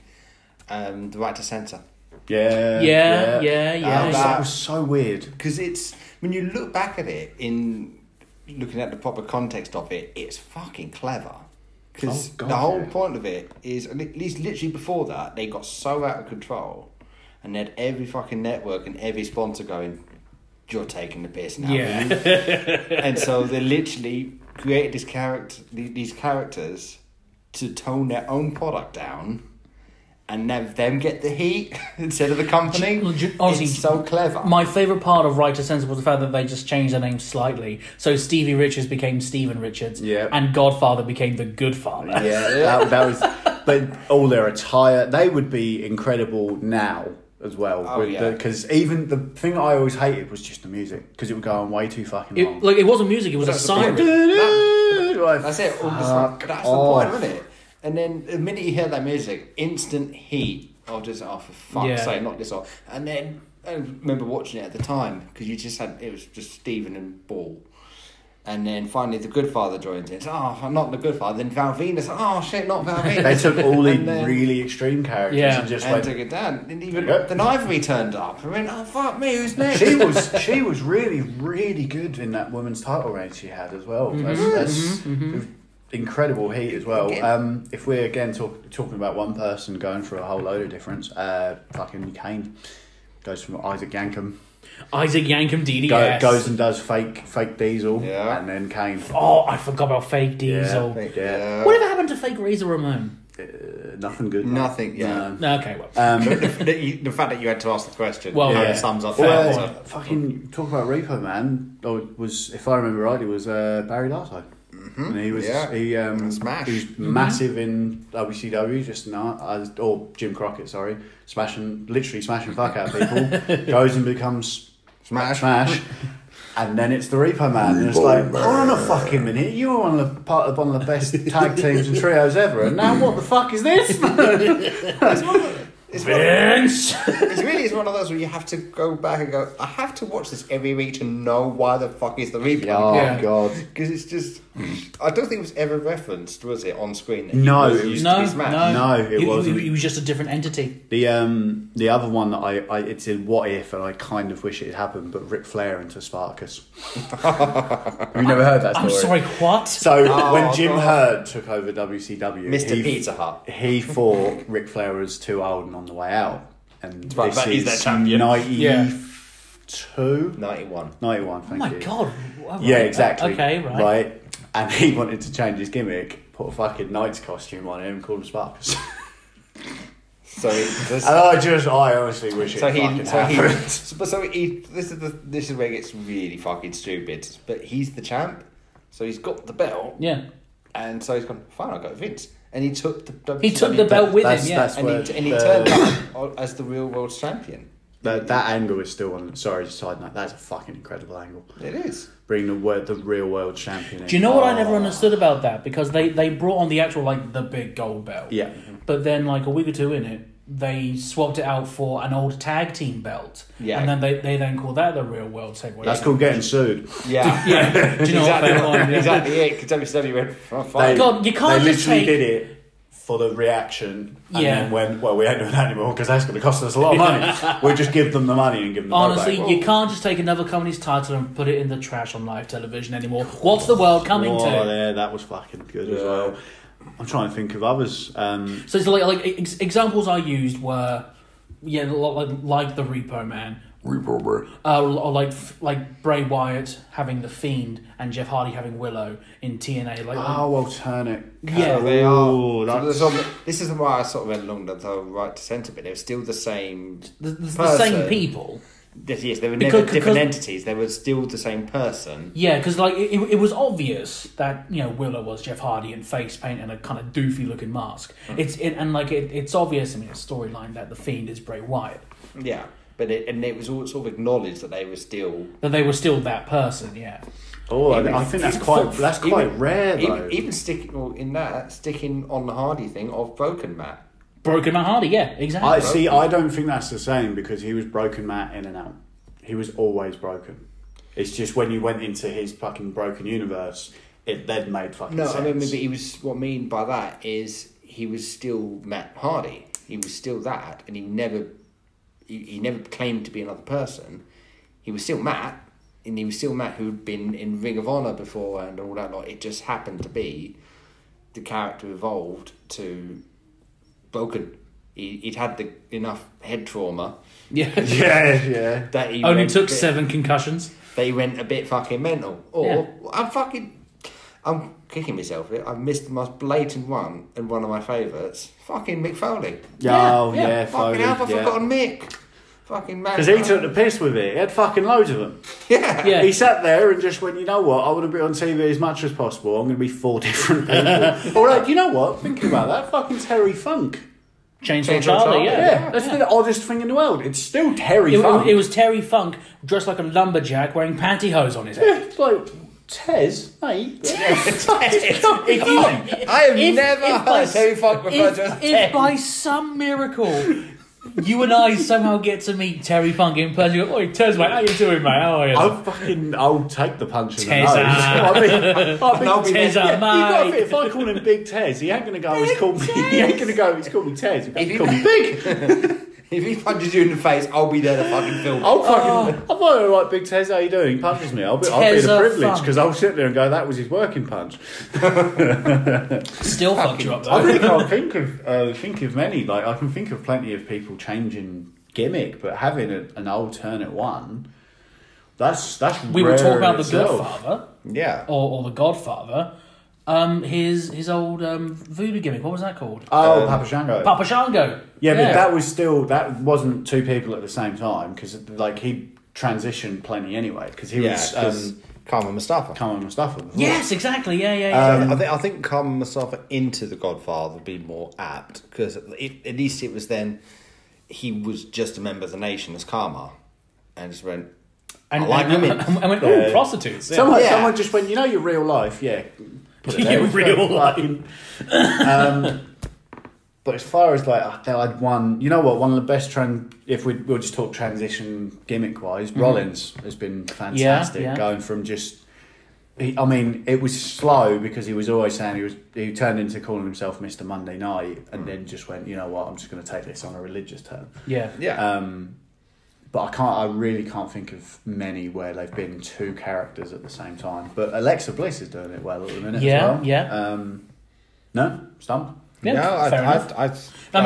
Speaker 1: um, the right to censor.
Speaker 3: Yeah.
Speaker 2: Yeah, yeah, yeah.
Speaker 3: Oh, that was so weird.
Speaker 1: because it's when you look back at it in looking at the proper context of it, it's fucking clever. Because
Speaker 3: Oh, God,
Speaker 1: the whole
Speaker 3: yeah.
Speaker 1: point of it is, at least literally before that, they got so out of control, and they had every fucking network and every sponsor going, "You're taking the piss now."
Speaker 2: Yeah.
Speaker 1: and so they literally created this character, the- these characters, to tone their own product down. And have them get the heat instead of the company.
Speaker 2: Well, ju- honestly,
Speaker 1: it's so clever.
Speaker 2: My favorite part of Right to Censor was the fact that they just changed their name slightly. So Stevie Richards became Steven Richards,
Speaker 3: Yeah.
Speaker 2: and Godfather became the Good Father.
Speaker 3: Yeah, that, that was. But all their attire, they would be incredible now as well.
Speaker 1: Oh, yeah.
Speaker 3: Because even the thing I always hated was just the music because it would go on way too fucking long.
Speaker 2: It, like it wasn't music; it was a
Speaker 1: That's the point.
Speaker 2: siren.
Speaker 1: That's it. All just
Speaker 3: Fuck
Speaker 1: like, that's
Speaker 3: off.
Speaker 1: the point, isn't it? And then the minute you hear that music, instant heat of just oh for fuck's
Speaker 2: Yeah.
Speaker 1: sake, not this off. And then I remember watching it at the time because you just had it was just Steven and Ball. And then finally, the Good Father joins in. It's, oh, I'm not the Good Father. Then Val Venus. Oh shit, not Val Venus.
Speaker 3: They took all the
Speaker 1: And then-
Speaker 3: really extreme characters
Speaker 2: Yeah.
Speaker 3: and just
Speaker 1: and
Speaker 3: went.
Speaker 1: took it down. And even
Speaker 3: Yep.
Speaker 1: then, Ivory turned up. I mean, oh fuck me, who's next?
Speaker 3: she was she was really really good in that women's title reign she had as well.
Speaker 1: Mm-hmm.
Speaker 3: That's, that's incredible heat as well.
Speaker 1: Again.
Speaker 3: Um, if we're again talk, talking about one person going through a whole load of difference, uh, fucking Kane goes from Isaac Yankum
Speaker 2: Isaac Yankum DDS.
Speaker 3: go, goes and does fake fake Diesel,
Speaker 1: Yeah.
Speaker 3: and then Kane.
Speaker 2: oh, I forgot about Fake Diesel.
Speaker 3: Yeah.
Speaker 1: Yeah.
Speaker 2: Whatever happened to Fake Razor Ramon?
Speaker 3: Uh, nothing good.
Speaker 1: Nothing, yeah.
Speaker 3: No.
Speaker 2: No, Okay, well,
Speaker 3: Um,
Speaker 1: the, the fact that you had to ask the question
Speaker 2: Well,
Speaker 1: kind
Speaker 2: yeah.
Speaker 1: of sums up.
Speaker 3: well, uh,
Speaker 1: that.
Speaker 3: fucking talk about Repo Man. Or was if I remember right, it was uh, Barry Darso. And he was
Speaker 1: Mm-hmm. yeah.
Speaker 3: he um
Speaker 1: And Smash. Mm-hmm.
Speaker 3: he was massive in WCW, just not as or Jim Crockett, sorry, smashing literally smashing fuck out of people. goes and becomes
Speaker 1: Smash.
Speaker 3: smash. And then it's the Repo Man. and it's like, hold on a fucking minute, you were one of the, part of one of the best tag teams and trios ever, and now what the fuck is this?
Speaker 1: It's one of-
Speaker 2: Vince.
Speaker 1: It's really it's one of those where you have to go back and go. I have to watch this every week to know why the fuck is the
Speaker 3: oh
Speaker 1: replay.
Speaker 2: Yeah.
Speaker 3: god.
Speaker 1: Because it's just, I don't think it was ever referenced, was it, on screen? that he
Speaker 3: No,
Speaker 1: was
Speaker 3: it
Speaker 1: used to
Speaker 2: No,
Speaker 1: be Smash?
Speaker 2: no,
Speaker 3: No, it
Speaker 2: He- he-
Speaker 3: wasn't.
Speaker 2: He was just a different entity.
Speaker 3: The um the other one that I, I it's in What If and I kind of wish it had happened, but Ric Flair into Spartacus. Have you never heard that
Speaker 2: I'm sorry,
Speaker 3: story?
Speaker 2: what?
Speaker 3: So
Speaker 1: Oh,
Speaker 3: when Jim
Speaker 1: God.
Speaker 3: Hurd took over WCW,
Speaker 1: Mr.
Speaker 3: he-
Speaker 1: Pizza Hut.
Speaker 3: he thought Ric Flair was too old and on the way out, and
Speaker 1: Right,
Speaker 3: this
Speaker 1: but he's
Speaker 3: is
Speaker 1: their champion.
Speaker 2: Yeah.
Speaker 3: ninety-two,
Speaker 1: Ninety-one.
Speaker 3: ninety-one. Thank
Speaker 2: oh my
Speaker 3: you.
Speaker 2: god. All right.
Speaker 3: Yeah, exactly.
Speaker 2: Okay, right.
Speaker 3: Right. and he wanted to change his gimmick, put a fucking knight's costume on him, and called him Spartacus.
Speaker 1: So this,
Speaker 3: and I just, I honestly wish it
Speaker 1: so
Speaker 3: fucking
Speaker 1: he so he
Speaker 3: happened.
Speaker 1: so- but so he this is the this is where it gets really fucking stupid. But he's the champ, so he's got the belt,
Speaker 2: Yeah.
Speaker 1: and so he's gone. Fine, I'll go with Vince, and he took the
Speaker 2: He
Speaker 1: WWE
Speaker 2: took the belt with him,
Speaker 3: That's-
Speaker 2: yeah.
Speaker 3: that's-
Speaker 1: and he, and he
Speaker 3: Where
Speaker 1: turned
Speaker 3: the-
Speaker 1: up as the real world champion.
Speaker 3: that, that angle is still on. Sorry, just side note. That's a fucking incredible angle.
Speaker 1: It is.
Speaker 3: Bring the word, the real world champion. in.
Speaker 2: Do you know what I never
Speaker 3: Oh.
Speaker 2: understood about that? Because they, they brought on the actual, like, the big gold belt.
Speaker 3: Yeah.
Speaker 2: But then, like, a week or two in it, they swapped it out for an old tag team belt.
Speaker 1: Yeah.
Speaker 2: And then they, they then call that the real world segway.
Speaker 3: That's called getting sued.
Speaker 2: Oh
Speaker 1: Yeah.
Speaker 2: Yeah. Do you know
Speaker 1: exactly,
Speaker 2: what I mean?
Speaker 1: exactly it. Because WWE E went from
Speaker 3: They-
Speaker 1: five.
Speaker 2: God, you can't
Speaker 3: They
Speaker 2: just
Speaker 3: literally
Speaker 2: take-
Speaker 3: did it for the reaction. And
Speaker 2: Yeah.
Speaker 3: then when, well, we ain't doing that anymore because that's going to cost us a lot of money. we just give them the money and give them the money
Speaker 2: Honestly,
Speaker 3: back.
Speaker 2: you can't just take another company's title and put it in the trash on live television anymore. What's the world coming
Speaker 3: Whoa,
Speaker 2: to?
Speaker 3: there, that was fucking good as
Speaker 1: Yeah.
Speaker 3: well. I'm trying to think of others. Um,
Speaker 2: So it's like like ex- examples I used were yeah like, like the Repo Man,
Speaker 3: Repo Bro.
Speaker 2: uh, or like like Bray Wyatt having the Fiend and Jeff Hardy having Willow in TNA. Like
Speaker 3: Oh, alternate.
Speaker 2: Yeah.
Speaker 1: Oh, They are.
Speaker 3: Ooh,
Speaker 1: so
Speaker 3: that's-
Speaker 1: there's all- this is why I sort of went along the, the right to centre bit. They were still the same.
Speaker 2: the, the, the
Speaker 1: Person.
Speaker 2: same people.
Speaker 1: Yes, yes, they were
Speaker 2: Because-
Speaker 1: never
Speaker 2: because-
Speaker 1: different entities. They were still the same person.
Speaker 2: Yeah, because like it, it was obvious that you know Willow was Jeff Hardy in face paint and a kind of doofy looking mask.
Speaker 3: Mm.
Speaker 2: It's it, and like it, it's obvious. I mean, it's storyline that the Fiend is Bray Wyatt.
Speaker 1: Yeah, but it, and it was all sort of acknowledged that they were still.
Speaker 2: that they were still that person. Yeah,
Speaker 3: Oh, I,
Speaker 1: Even-
Speaker 3: I think that's
Speaker 1: even-
Speaker 3: quite that's quite
Speaker 1: even-
Speaker 3: rare though.
Speaker 1: Even, even sticking well, in that sticking on the Hardy thing of Broken Matt.
Speaker 2: broken Matt Hardy. Yeah, exactly.
Speaker 3: I see. I don't think that's the same because he was broken Matt in and out. He was always broken. It's just when you went into his fucking broken universe, it then made fucking
Speaker 1: No,
Speaker 3: sense.
Speaker 1: I mean, but he was. What I mean by that is he was still Matt Hardy. He was still that, and he never, he, he never claimed to be another person. He was still Matt, and he was still Matt who'd been in Ring of Honor before and all that. Like it just happened to be, the character evolved to, broken. He he'd had the enough head trauma
Speaker 2: yeah,
Speaker 3: yeah, yeah.
Speaker 1: that he
Speaker 2: only
Speaker 1: went
Speaker 2: took
Speaker 1: a bit-
Speaker 2: seven concussions.
Speaker 1: that he went a bit fucking mental. Or
Speaker 2: Yeah.
Speaker 1: I'm fucking, I'm kicking myself. here. I missed the most blatant one and one of my favourites. Fucking Mick Foley.
Speaker 2: Yeah,
Speaker 3: oh,
Speaker 2: yeah.
Speaker 3: yeah,
Speaker 1: fucking
Speaker 3: Foley,
Speaker 1: hell, have I
Speaker 3: yeah.
Speaker 1: forgotten Mick? Fucking man.
Speaker 3: Because he took the piss with it. He had fucking loads of them.
Speaker 1: Yeah.
Speaker 2: Yeah,
Speaker 3: He sat there and just went, you know what? I want to be on TV as much as possible. I'm going to be four different people. All right, you know what? Thinking about that, fucking Terry Funk.
Speaker 2: Chainsaw
Speaker 1: Chainsaw
Speaker 2: Charlie.
Speaker 1: Charlie,
Speaker 2: Yeah,
Speaker 3: Yeah,
Speaker 2: yeah.
Speaker 3: that's the oddest thing in the world. It's still Terry
Speaker 2: It,
Speaker 3: Funk.
Speaker 2: it was Terry Funk dressed like a lumberjack wearing pantyhose on his head.
Speaker 3: It's like Tez, mate.
Speaker 1: If you- I have never heard Terry Funk referred
Speaker 2: if,
Speaker 1: to as
Speaker 2: if by some miracle you and I somehow get to meet Terry Funk in person, you go, "Oi, Tez, mate, how you doing, mate? How are you?"
Speaker 3: I'll fucking I'll take the punch in the
Speaker 2: Tez,
Speaker 3: nose.
Speaker 2: ah.
Speaker 3: I mean, I mean,
Speaker 1: I'll be
Speaker 2: Tez,
Speaker 1: there.
Speaker 2: ah,
Speaker 3: you gotta
Speaker 2: mate.
Speaker 3: think, if I call him Big Tez, he ain't gonna go. He's called me. He ain't gonna go. He's called me Tez.
Speaker 1: If
Speaker 3: He's gonna
Speaker 1: you-
Speaker 3: call me Big.
Speaker 1: If he punches you in the face, I'll be there to fucking film. it.
Speaker 3: I'll fucking. I'm like, all right, Big Tez. How you doing? He punches me. I'll be. I'll be
Speaker 2: Tez,
Speaker 3: the
Speaker 2: ah,
Speaker 3: privilege
Speaker 2: fuck.
Speaker 3: because I'll sit there and go. That was his working punch.
Speaker 2: Still fucked you up
Speaker 3: I
Speaker 2: though.
Speaker 3: really can't think of uh, think of many. Like I can think of plenty of people changing gimmick, but having a, an alternate one. That's that's
Speaker 2: We were
Speaker 3: rare
Speaker 2: talking about
Speaker 3: in
Speaker 2: the
Speaker 3: itself.
Speaker 2: Godfather
Speaker 1: Yeah.
Speaker 2: or, or the Godfather. Um, his his old um, voodoo gimmick. What was that called?
Speaker 3: Oh,
Speaker 1: Um,
Speaker 3: Papa Shango.
Speaker 2: Papa Shango.
Speaker 3: Yeah, but that was still that wasn't two people at the same time because like he transitioned plenty anyway because he
Speaker 1: Yeah.
Speaker 3: was
Speaker 1: 'cause
Speaker 3: um,
Speaker 1: Carmen Mustafa.
Speaker 3: Kamal Mustafa. Before.
Speaker 2: Yes, exactly. Yeah, yeah, yeah.
Speaker 3: Um,
Speaker 1: I think I think Carmen Mustafa into The Godfather would be more apt because it, at least it was then he was just a member of the nation as Karma, and just went.
Speaker 2: and,
Speaker 1: I like
Speaker 2: and,
Speaker 1: women.
Speaker 2: and- and went, oh,
Speaker 3: Yeah.
Speaker 2: prostitutes. Yeah.
Speaker 3: Someone,
Speaker 1: Yeah.
Speaker 3: someone just went, you know, your real life, yeah. Put it
Speaker 2: Your
Speaker 3: there.
Speaker 2: real life.
Speaker 3: um, but as far as like, I thought I'd one, you know what, one of the best trans. If we we'll just talk transition gimmick wise, Rollins has been fantastic
Speaker 2: Mm-hmm. yeah.
Speaker 3: going from just. He, I mean, it was slow because he was always saying he was. He turned into calling himself Mister Monday Night, and
Speaker 2: Mm.
Speaker 3: then just went, you know what, I'm just going to take this on a religious turn.
Speaker 2: yeah.
Speaker 1: Yeah.
Speaker 3: Um, but I can't. I really can't think of many where they've been two characters at the same time. But Alexa Bliss is doing it well Uh, at the minute
Speaker 2: Yeah,
Speaker 3: as well.
Speaker 2: yeah.
Speaker 3: Um, no, stump.
Speaker 2: Yeah,
Speaker 1: no, I,
Speaker 2: fair
Speaker 1: I,
Speaker 2: enough.
Speaker 1: I, I,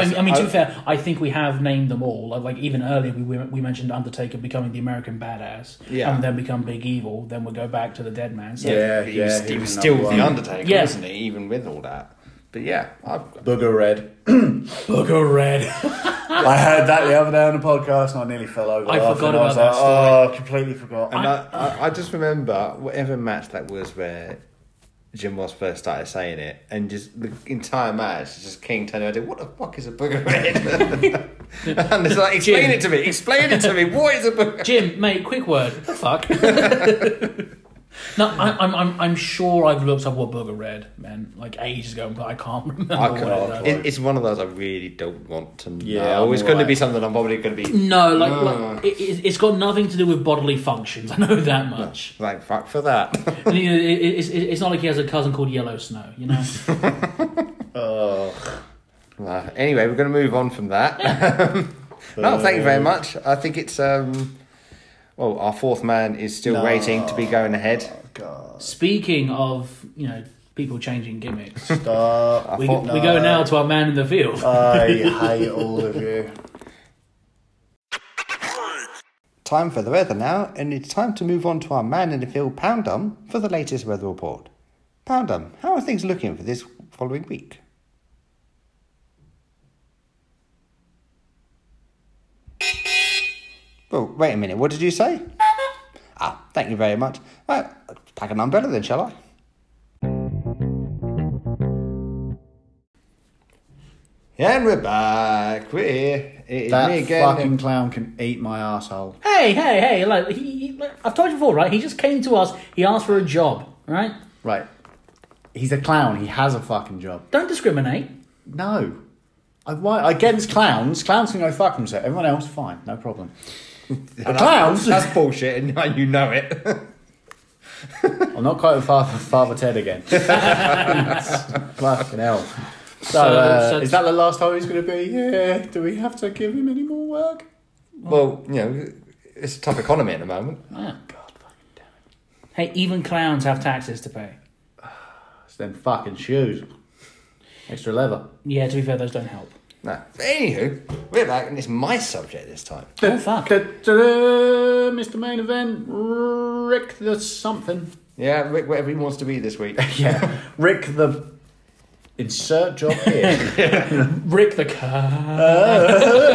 Speaker 2: I mean, I mean, to
Speaker 1: I-
Speaker 2: be fair, I think we have named them all. Like, like even earlier, we, we mentioned Undertaker becoming the American badass,
Speaker 1: Yeah.
Speaker 2: and then become Big Evil. Then we go back to the Dead Man. So,
Speaker 3: Yeah,
Speaker 1: he was,
Speaker 3: yeah,
Speaker 1: he
Speaker 3: he
Speaker 1: was
Speaker 3: was
Speaker 1: still
Speaker 3: number one.
Speaker 1: the Undertaker,
Speaker 2: Yeah.
Speaker 1: wasn't he? Even with all that. But yeah, I've,
Speaker 3: Booger Red.
Speaker 2: Booger Red.
Speaker 3: I heard that the other day on the podcast and I nearly fell over.
Speaker 2: Ah. I
Speaker 3: laughing.
Speaker 2: forgot
Speaker 3: I was
Speaker 2: about
Speaker 3: like, Oh, I completely forgot.
Speaker 1: and I, I, I just remember whatever match that was where Jim Ross first started saying it, and just the entire match, it's just King turning around, and what the fuck is a booger red? and it's like, explain
Speaker 2: Jim.
Speaker 1: it to me, explain it to me, what is a booger?
Speaker 2: Jim, mate, quick word. Fuck. no, I, I'm, I'm, I'm sure I've looked up what Booger Red meant like ages ago, but I can't remember.
Speaker 1: I
Speaker 2: what it
Speaker 1: can't-
Speaker 2: was.
Speaker 1: it- it's one of those I really don't want to know.
Speaker 3: Yeah,
Speaker 1: Yeah,
Speaker 3: I'm
Speaker 1: it's going to
Speaker 3: alright.
Speaker 1: be something I'm probably going to be
Speaker 2: No, like,
Speaker 1: No.
Speaker 2: like it, it- it's got nothing to do with bodily functions. I know that much.
Speaker 1: like, fuck for that.
Speaker 2: And, you know, it, it, it's, it's not like he has a cousin called Yellow Snow, you know.
Speaker 3: oh.
Speaker 1: Uh, anyway, we're going to move on from that. no, thank you very much. I think it's um, well, our fourth man is still
Speaker 3: No.
Speaker 1: waiting to be going ahead.
Speaker 3: God.
Speaker 2: Speaking of, you know, people changing gimmicks,
Speaker 3: Stop.
Speaker 2: we,
Speaker 1: thought-
Speaker 2: we go now to our man in the field.
Speaker 3: I hate all of you.
Speaker 1: Time for the weather now, and it's time to move on to our man in the field, Poundum, for the latest weather report. Poundum, how are things looking for this following week? Well, wait a minute, what did you say? Ah, thank you very much. Right, pack an umbrella then, shall I? And we're back. We're here. It is me
Speaker 3: That
Speaker 1: again.
Speaker 3: fucking clown can eat my asshole.
Speaker 2: hey, hey, hey! Like, he, he, like, I've told you before, right? He just came to us. He asked for a job, right?
Speaker 3: Right. He's a clown. He has a fucking job.
Speaker 2: Don't discriminate.
Speaker 3: No. I, why, against clowns, clowns can go fuck themselves. Everyone else, fine, no problem. But clowns?
Speaker 1: That's bullshit, and you know it.
Speaker 3: I'm not quite Father, Father Ted again. Fucking hell. So,
Speaker 2: So-
Speaker 3: uh,
Speaker 2: so-
Speaker 3: is that the last time he's going to be? Yeah. Do we have to give him any more work?
Speaker 1: well, you know, it's a tough economy at the moment.
Speaker 2: Yeah.
Speaker 3: God fucking damn
Speaker 2: Hey,
Speaker 3: it.
Speaker 2: even clowns have taxes to pay.
Speaker 3: It's them fucking shoes. Extra leather.
Speaker 2: Yeah, to be fair, those don't help.
Speaker 1: No. But anywho, we're back, and it's my subject this time.
Speaker 2: Oh fuck!
Speaker 3: Da-da-da, Mr. Main Event, Rick the something.
Speaker 1: Yeah, Rick, whatever he wants to be this week.
Speaker 3: Yeah. Rick the. Insert job here.
Speaker 2: Rick the car.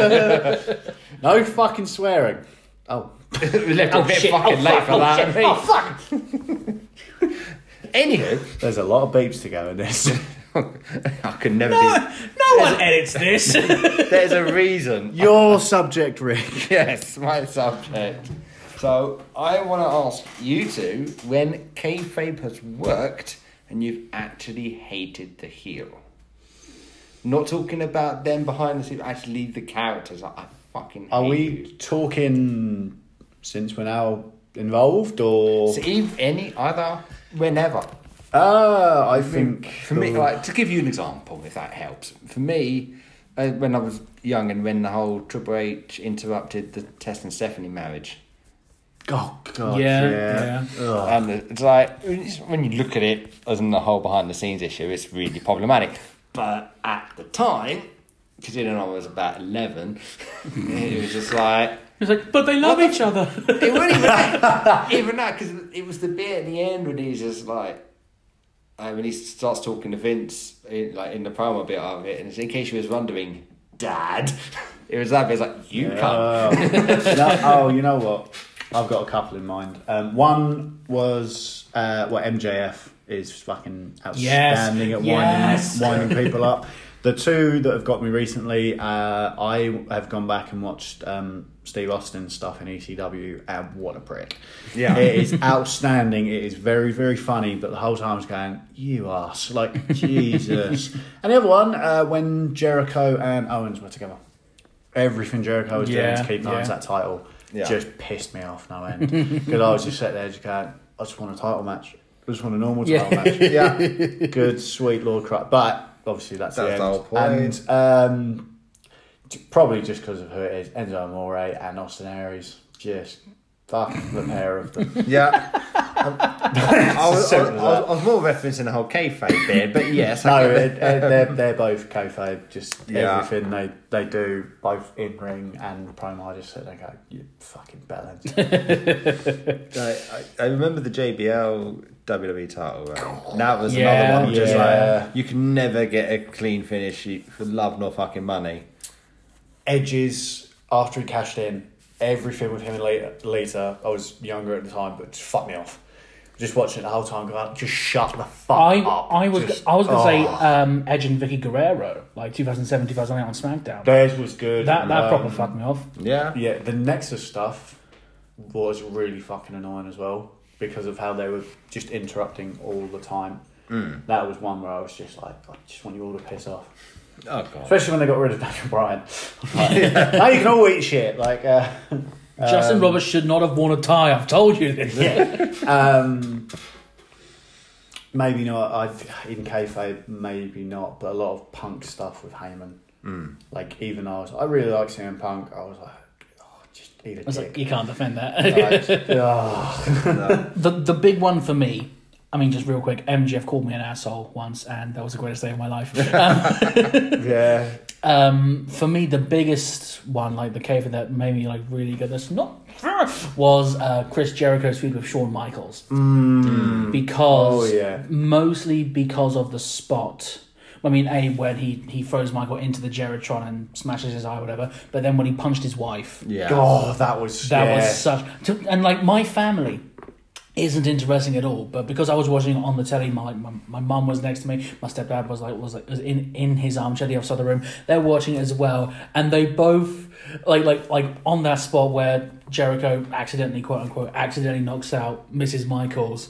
Speaker 3: no fucking swearing. Oh.
Speaker 1: we left it
Speaker 2: Oh
Speaker 1: a bit
Speaker 2: shit! Oh
Speaker 1: fucking late
Speaker 2: fuck!
Speaker 1: for
Speaker 2: Oh
Speaker 1: that.
Speaker 2: shit! Oh fuck!
Speaker 1: Anywho,
Speaker 3: There's a lot of beeps to go in this.
Speaker 1: I could never
Speaker 2: No, no one edits this.
Speaker 1: do. There's a reason.
Speaker 3: Your subject, Rick.
Speaker 1: yes, my subject. So I want to ask you two when kayfabe has worked and you've actually hated the heel. Not talking about them behind the scenes, actually the characters. I, I fucking.
Speaker 3: Are
Speaker 1: hate
Speaker 3: we
Speaker 1: you.
Speaker 3: talking since we're now involved or?
Speaker 1: So if any other, whenever.
Speaker 3: Ah, I think
Speaker 1: For me, like to give you an example, if that helps. For me, uh, when I was young and when the whole Triple H interrupted the Tess and Stephanie marriage,
Speaker 3: oh god,
Speaker 2: Yeah,
Speaker 3: yeah, Ugh.
Speaker 1: and it's like it's- when you look at it as in the whole behind the scenes issue, it's really problematic. But at the time, considering I was about eleven, it was just like.
Speaker 2: It's like, but they love each other.
Speaker 1: It wasn't even that. even that, because it was the bit at the end when he's just like, uh, when he starts talking to Vince, in, like in the promo bit of it, and it's in case you was wondering, Dad, it was that bit. It's like you can't.
Speaker 3: Oh. No, oh, you know what? I've got a couple in mind. Um, one was uh, what MJF is fucking outstanding at
Speaker 2: Yes.
Speaker 3: winding, winding people up. The two that have got me recently, uh, I have gone back and watched um, Steve Austin's stuff in ECW, and what a prick!
Speaker 1: Yeah.
Speaker 3: it is outstanding. It is very, very funny, but the whole time I was going, "You ass!" Like Jesus. and the other one, uh, when Jericho and Owens were together everything Jericho was
Speaker 2: Yeah,
Speaker 3: doing to keep
Speaker 2: yeah.
Speaker 3: Owens that title
Speaker 1: Yeah.
Speaker 3: just pissed me off no end. Because I was just sat there just going, I just want a title match. I just want a normal title
Speaker 2: Yeah.
Speaker 3: match. Yeah. Good, sweet Lord Christ. But obviously that's,
Speaker 1: That's
Speaker 3: the, end.
Speaker 1: the whole point.
Speaker 3: And um, t- probably just because of who it is, Enzo Amore and Austin Aries. Just fuck the pair of them.
Speaker 1: Yeah,
Speaker 4: I was, I, was,
Speaker 1: Simple as
Speaker 4: I, was, I was more referencing the whole kayfabe bit, but yes, I
Speaker 3: No,
Speaker 4: get
Speaker 3: it, it- they're, they're both kayfabe. Just
Speaker 4: Yeah.
Speaker 3: everything they, they do, both in ring and promo. I just sit there and go, you fucking balance.
Speaker 4: I, I I remember the JBL WWE E title round. That was
Speaker 2: Yeah.
Speaker 4: another one which is
Speaker 3: Yeah.
Speaker 4: like you can never get a clean finish you- for love nor fucking money.
Speaker 3: Edges after he cashed in everything with him and later, later. I was younger at the time, but just fuck me off. Just watching it the whole time, going, just shut the fuck
Speaker 2: I,
Speaker 3: up.
Speaker 2: I was
Speaker 3: Just-
Speaker 2: I was gonna say
Speaker 3: oh.
Speaker 2: um, Edge and Vicky Guerrero like 2007 2008 on SmackDown.
Speaker 3: theirs was good.
Speaker 2: that that proper
Speaker 3: Um,
Speaker 2: fucked me off.
Speaker 4: Yeah.
Speaker 3: Yeah, the Nexus stuff was really fucking annoying as well because of how they were just interrupting all the time. Mm. That was one where I was just like, I just want you all to piss off.
Speaker 4: Oh god.
Speaker 3: Especially when they got rid of Daniel Bryan. Like, now you can all eat shit. Like, uh,
Speaker 2: Justin Roberts should not have worn a tie. I've told you this.
Speaker 3: Um, yeah. um, maybe not. I in kayfabe, maybe not. But a lot of punk stuff with Heyman. Like, even I was, I really like CM Punk. I was like, oh, just eat a
Speaker 2: I was
Speaker 3: dick. Ah.
Speaker 2: like, you can't defend that.
Speaker 3: Like, ugh.
Speaker 2: the the big one for me. I mean, just real quick. MGF called me an asshole once, and that was the greatest day of my life.
Speaker 3: yeah.
Speaker 2: Um, for me, the biggest one, like the cave that made me like really good. That's not was uh, Chris Jericho's feud with Shawn Michaels because
Speaker 3: Oh, yeah.
Speaker 2: mostly because of the spot. I mean, a when he he throws Michael into the Geritron and smashes his eye, or whatever. But then when he punched his wife,
Speaker 4: Yeah.
Speaker 3: Oh, that was
Speaker 2: that
Speaker 3: yeah.
Speaker 2: was such. to- and like my family isn't interesting at all, but because I was watching it on the telly, my my my mum was next to me, my stepdad was like was like was in in his armchair the other side of the room. They're watching it as well, and they both like like like on that spot where Jericho accidentally quote unquote accidentally knocks out Mrs. Michaels.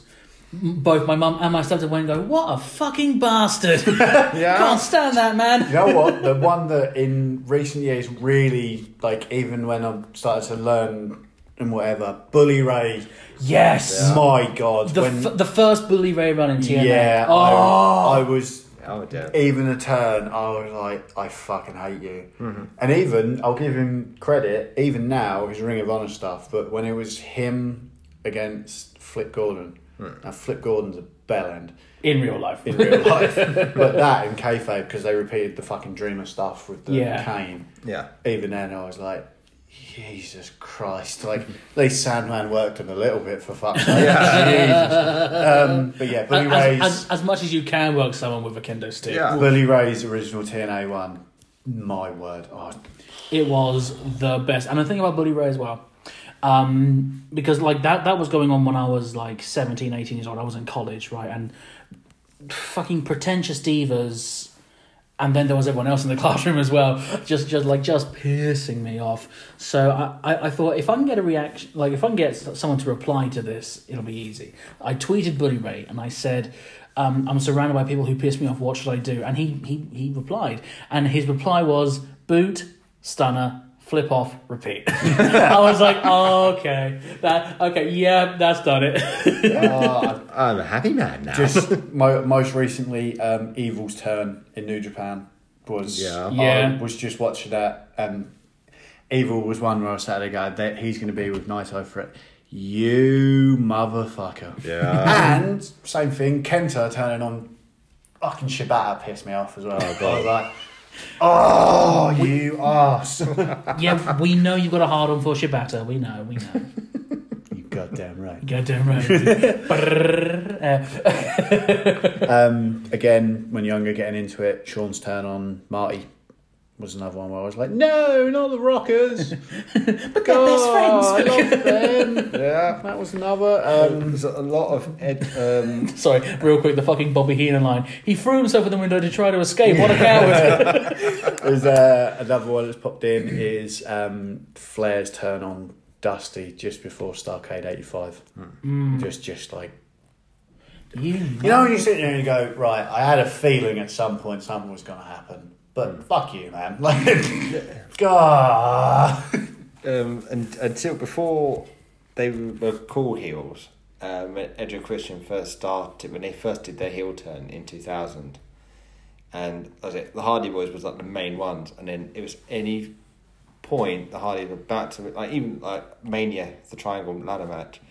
Speaker 2: m- Both my mum and my stepdad went and go, "What a fucking bastard! Can't stand that man."
Speaker 3: You know what? The one that in recent years really like, even when I started to learn and whatever, Bully Ray.
Speaker 2: Yes,
Speaker 3: My God,
Speaker 2: the
Speaker 3: when
Speaker 2: f- the first Bully Ray run in TNA.
Speaker 3: yeah,
Speaker 2: oh,
Speaker 3: I, I was
Speaker 4: Oh dear.
Speaker 3: even a turn. I was like, I fucking hate you.
Speaker 2: Mm-hmm.
Speaker 3: And even I'll give him credit. Even now, his Ring of Honor stuff, but when it was him against Flip Gordon,
Speaker 2: Hmm.
Speaker 3: now Flip Gordon's a bell end.
Speaker 2: in real life.
Speaker 3: in real life. but that and kayfabe because they repeated the fucking dreamer stuff with the
Speaker 2: Yeah.
Speaker 3: cane.
Speaker 4: Yeah.
Speaker 3: Even then, I was like, Jesus Christ! Like, at least Sandman worked him a little bit for fuck's sake. Jesus. Um, but yeah, Bully
Speaker 2: as,
Speaker 3: Ray's
Speaker 2: as, as much as you can work someone with a kendo stick.
Speaker 4: Yeah.
Speaker 3: Bully Ray's original TNA one. My word, oh,
Speaker 2: It was the best. And the thing about Bully Ray as well, um, because like that that was going on when I was like 17, 18 years old. I was in college, right? And fucking pretentious divas and then there was everyone else in the classroom as well, just just like just piercing me off. So I, I, I thought if I can get a reaction, like if I can get s- someone to reply to this, it'll be easy. I tweeted Bully Ray and I said, um, "I'm surrounded by people who piss me off. What should I do?" And he he he replied, and his reply was boot stunner. Flip off, repeat. I was like, oh, okay, that okay, yeah, that's done it.
Speaker 4: I'm a happy man now.
Speaker 3: just mo- most recently, um, Evil's turn in New Japan was
Speaker 4: Yeah.
Speaker 2: Yeah.
Speaker 3: I was just watching that, and Evil was one where I sat there going, that he's going to be with Naito for it. You motherfucker!
Speaker 4: Yeah.
Speaker 3: And same thing, Kenta turning on fucking Shibata pissed me off as well. I was like, oh, you ass!
Speaker 2: yeah, we know you've got a hard on for Shibata. We know, we know.
Speaker 3: you goddamn right.
Speaker 2: Goddamn right. Brrr. Uh,
Speaker 3: Um, again, when younger, getting into it, Sean's turn on Marty was another one where I was like, no, not the Rockers. but
Speaker 2: they're best friends.
Speaker 3: I love them.
Speaker 4: yeah.
Speaker 3: That was another. Um,
Speaker 4: There's a lot of ed- um,
Speaker 2: Sorry, real quick, the fucking Bobby Heenan line. He threw himself in the window to try to escape. What a coward.
Speaker 3: there's uh, another one that's popped in is um, Flair's turn on Dusty just before Starcade 85. Just, just like.
Speaker 2: you
Speaker 3: You know, when you sit there and you go, right, I had a feeling at some point something was going to happen. But fuck you, man. Like, God.
Speaker 4: um, and, until before they were called heels. Um, when Edge and Christian first started when they first did their heel turn in two thousand, and that was it. The Hardy Boys was like the main ones, and then it was any point the Hardy were about to like even like Mania the Triangle Ladder match.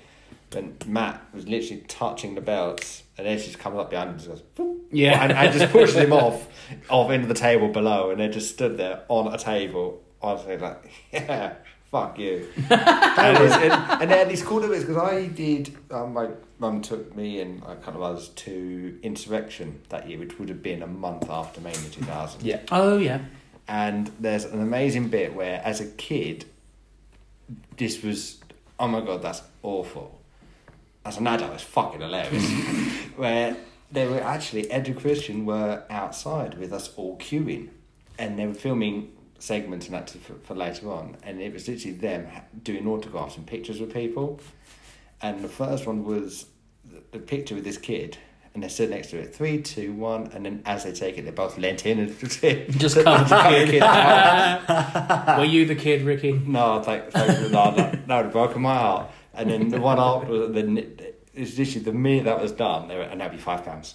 Speaker 4: when Matt was literally touching the belts, and Edge just comes up behind him and just goes, "Whoop,"
Speaker 2: Yeah.
Speaker 4: and, and just pushes him off, off into the table below, and they just stood there on a table, honestly, like, yeah, fuck you. and, it's- and, and they had these cool little bits because I did, um, my mum took me and a couple of us to Insurrection that year, which would have been a month after Mania 2000.
Speaker 1: Yeah.
Speaker 2: Oh yeah.
Speaker 4: And there's an amazing bit where, as a kid, this was, oh my god, that's awful. As an adult, it's fucking hilarious. where they were actually, Ed and Christian were outside with us all queuing. And they were filming segments and that to- for, for later on. And it was literally them ha- doing autographs and pictures with people. And the first one was the, the picture with this kid. And they stood next to it, three, two, one, and then as they take it, they both leant in and
Speaker 2: Just covered the
Speaker 4: Covered the kid up.
Speaker 2: Were you the kid, Ricky?
Speaker 4: No, thank, thank you. No, no, that would have broken my heart. And then the one after, the it's literally the minute that was done, they were, and that'd be five pounds.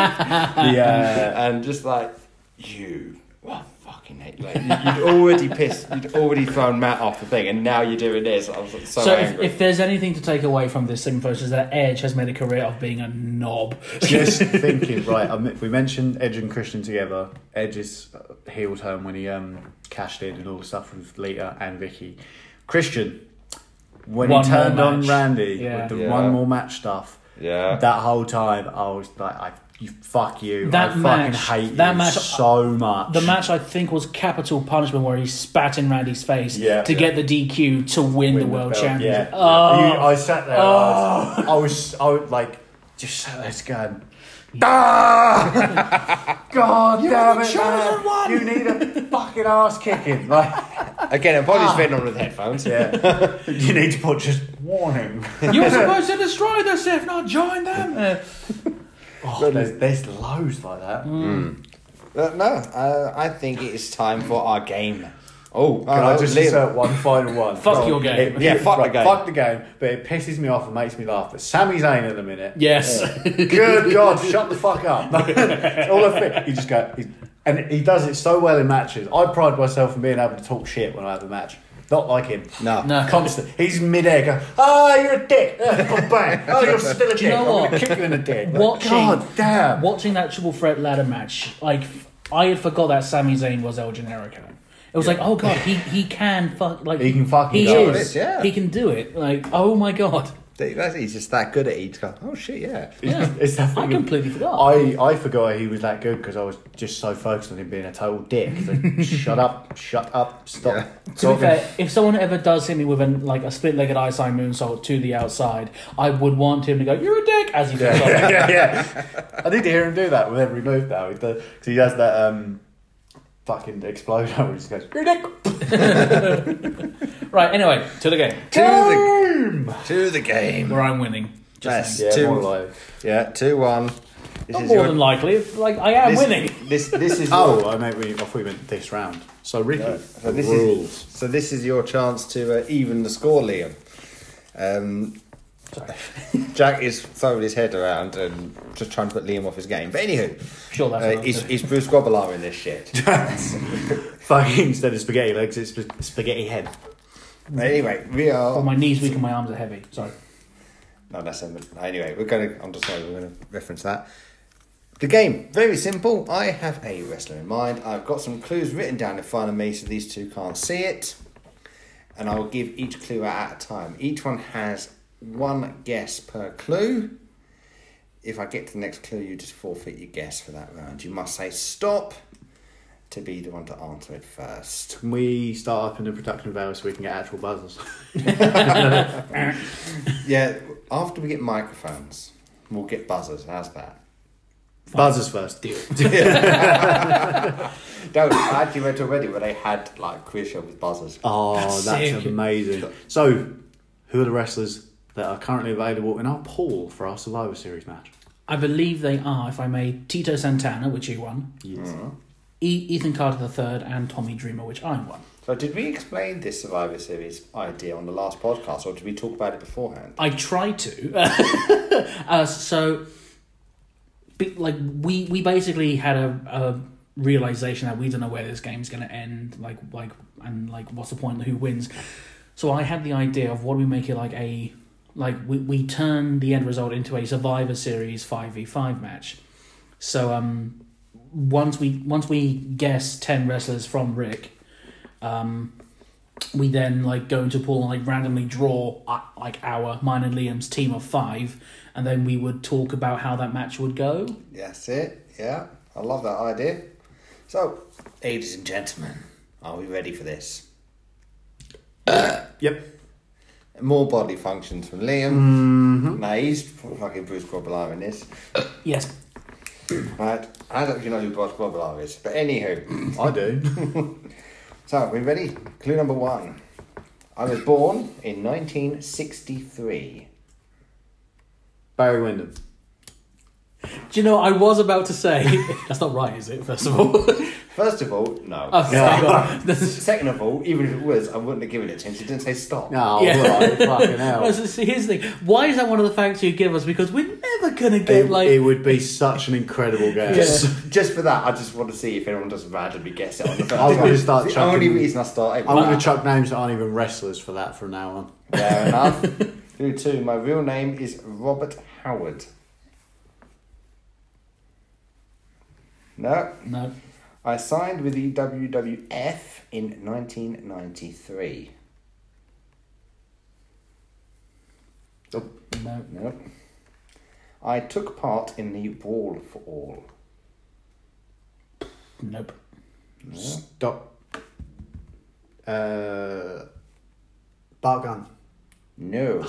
Speaker 3: yeah.
Speaker 4: And just like you, well, fucking hate. Like you, you'd already pissed, you'd already thrown Matt off the thing, and now you're doing this. I was like, so,
Speaker 2: So, if,
Speaker 4: angry.
Speaker 2: if there's anything to take away from this influence is that Edge has made a career of being a knob.
Speaker 3: Just thinking, right? I mean, we mentioned Edge and Christian together. Edge's uh, heel turn when he um, cashed in and all the stuff with Lita and Vicky. Christian, when
Speaker 2: One
Speaker 3: he
Speaker 2: more
Speaker 3: turned on
Speaker 2: match.
Speaker 3: Randy
Speaker 2: Yeah.
Speaker 3: with the
Speaker 4: Yeah.
Speaker 3: one more match stuff,
Speaker 4: Yeah.
Speaker 3: that whole time I was like, I, you, fuck you.
Speaker 2: That
Speaker 3: I
Speaker 2: match-
Speaker 3: fucking hate
Speaker 2: that
Speaker 3: you
Speaker 2: match- uh,
Speaker 3: so much.
Speaker 2: The match I think was Capital Punishment, where he spat in Randy's face
Speaker 3: Yeah.
Speaker 2: to get the DQ to win, the
Speaker 3: win
Speaker 2: world
Speaker 3: belt.
Speaker 2: championship.
Speaker 3: Yeah.
Speaker 2: Oh,
Speaker 3: You- I sat there. and I, was, I was, I was like, just sat there just going, "Ah! God damn it, man. You need a fucking ass kicking. Like,
Speaker 4: Again, I'm probably just been on with headphones.
Speaker 3: yeah. You need to put just Oh, warning.
Speaker 2: you were supposed to destroy this, if not join them. Uh,
Speaker 3: Oh, there's, there's loads like that.
Speaker 2: Mm.
Speaker 4: But no, uh, I think it is time for our game. Oh,
Speaker 3: Can
Speaker 4: oh,
Speaker 3: I just
Speaker 4: Liam.
Speaker 3: insert one final one?
Speaker 2: Fuck
Speaker 3: Go on.
Speaker 2: your game.
Speaker 3: It-
Speaker 4: Yeah, fuck the game.
Speaker 3: Fuck the game, but it pisses me off and makes me laugh. But Sami Zayn at the minute.
Speaker 2: yes.
Speaker 3: Good God, shut the fuck up. It's all I think. You just go, he- and he does it so well in matches. I pride myself on being able to talk shit when I have a match. Not like him.
Speaker 4: No.
Speaker 2: No.
Speaker 3: Constant. He's mid air going, ah, you're a dick. Ah, bang. Oh, you're still a
Speaker 2: Do you
Speaker 3: dick.
Speaker 2: know
Speaker 3: I'm going to
Speaker 2: what?
Speaker 3: kick you in the dick. Like,
Speaker 2: watching,
Speaker 3: God damn.
Speaker 2: watching that triple threat ladder match, like I had forgot that Sami Zayn was El Generico. It was like, oh god, he, he can fuck like
Speaker 3: He can fucking
Speaker 2: he
Speaker 3: do
Speaker 2: is
Speaker 4: it, yeah.
Speaker 2: he can do it. Like oh my god,
Speaker 4: That's- he's just that good at it. He's got, oh shit, yeah.
Speaker 2: yeah.
Speaker 3: It's that
Speaker 2: I
Speaker 3: thing-
Speaker 2: completely forgot.
Speaker 3: I, I forgot he was that good because I was just so focused on him being a total dick. It's like, shut up, shut up, stop.
Speaker 2: to be
Speaker 3: talking.
Speaker 2: fair, if someone ever does hit me with an, like a split-legged eye sign moonsault to the outside, I would want him to go, "You're a dick," as he goes on.
Speaker 3: yeah, yeah, yeah. I need to hear him do that with every move now. With the, cause he has that um, fucking explosion where he just goes, "You're a dick."
Speaker 2: Right. Anyway, to the game
Speaker 4: To the,
Speaker 3: Boom!
Speaker 4: to the game.
Speaker 2: where I'm winning. Just
Speaker 4: Yes.
Speaker 2: saying.
Speaker 3: Yeah,
Speaker 4: Two-
Speaker 3: more like.
Speaker 4: Yeah, 2 1. This
Speaker 2: Not
Speaker 4: is
Speaker 2: more
Speaker 4: your
Speaker 2: than likely. if, Like I am
Speaker 4: this,
Speaker 2: winning.
Speaker 4: This this is
Speaker 3: Oh,
Speaker 4: your,
Speaker 3: I mean, we, I thought we meant this round. So Ricky,
Speaker 4: so this is
Speaker 3: rules.
Speaker 4: so this is your chance to uh, even the score, Liam. Um, Jack is throwing his head around and just trying to put Liam off his game. But anywho,
Speaker 2: Sure, that's
Speaker 4: uh,
Speaker 2: not
Speaker 4: is,
Speaker 2: good.
Speaker 4: is Bruce Grobbelaar in this shit?
Speaker 3: Fucking instead of spaghetti legs, it's sp- spaghetti head.
Speaker 4: anyway, we
Speaker 2: Oh,
Speaker 4: are.
Speaker 2: my knees weak and my arms are heavy. Sorry.
Speaker 4: No, that's him. Anyway, we're going to. I'm just sorry, we're going to reference that. The game, very simple. I have a wrestler in mind. I've got some clues written down in front of me so these two can't see it. And I will give each clue out at a time. Each one has one guess per clue. If I get to the next clue, you just forfeit your guess for that round. You must say stop to be the one to answer it first.
Speaker 3: Can we start up in the production value so we can get actual buzzers?
Speaker 4: Yeah, after we get microphones, we'll get buzzers. How's that?
Speaker 3: buzzers first, deal.
Speaker 4: No, I actually went to a wedding where they had like quiz show with buzzers.
Speaker 3: Oh,
Speaker 2: That's
Speaker 3: that's,
Speaker 2: sick.
Speaker 3: amazing. So, who are the wrestlers that are currently available in our pool for our Survivor Series match?
Speaker 2: I believe they are, if I may, Tito Santana, which you won,
Speaker 3: Yes.
Speaker 4: Mm-hmm.
Speaker 2: e- Ethan Carter III, and Tommy Dreamer, which I won.
Speaker 4: So did we explain this Survivor Series idea on the last podcast, or did we talk about it beforehand?
Speaker 2: I try to. uh, so, be- like, we, we basically had a, a realization that we don't know where this game's going to end, like, like, and like, what's the point? Who wins? So I had the idea of what do we make it like a like we, we turn the end result into a Survivor Series five v five match. So um, once we once we guess ten wrestlers from Rick, um, we then like go into a pool and like randomly draw uh, like our mine and Liam's team of five, and then we would talk about how that match would go.
Speaker 1: That's it. Yeah, I love that idea. So, ladies and gentlemen, are we ready for this?
Speaker 3: Yep.
Speaker 1: More body functions from Liam. Now he's fucking Bruce Grobbelaar in this.
Speaker 2: Yes,
Speaker 1: Right, I don't actually know who Bruce Grobbelaar is, but anywho.
Speaker 3: I do.
Speaker 1: So, are we ready? Clue number one. I was born in 1963.
Speaker 3: Barry Windham.
Speaker 2: do you know I was about to say that's not right, is it? First of all,
Speaker 1: First of all, no.
Speaker 2: Oh, hang on. This-
Speaker 1: Second of all, even if it was, I wouldn't have given it to him. 'cause He didn't say stop.
Speaker 3: No,
Speaker 2: Yeah.
Speaker 3: alright, fucking hell.
Speaker 2: Well, so- so here's the thing. Why is that one of the facts you give us? Because we're never gonna get
Speaker 3: it,
Speaker 2: like
Speaker 3: it would be such an incredible game.
Speaker 2: Yeah.
Speaker 1: Just for that, I just want to see if anyone just randomly gets it on the
Speaker 3: I was
Speaker 1: first
Speaker 3: going
Speaker 1: one.
Speaker 3: to start
Speaker 1: It's the only
Speaker 3: chucking.
Speaker 1: reason I started.
Speaker 3: I'm going to chuck names that aren't even wrestlers for that from now on.
Speaker 1: Fair enough. Clue two. My real name is Robert Howard. No,
Speaker 2: no.
Speaker 1: I signed with the WWF in 1993.
Speaker 2: No.
Speaker 1: No. I took part in the Brawl for All.
Speaker 2: Nope.
Speaker 3: Stop. Uh, Bart Gunn.
Speaker 1: No.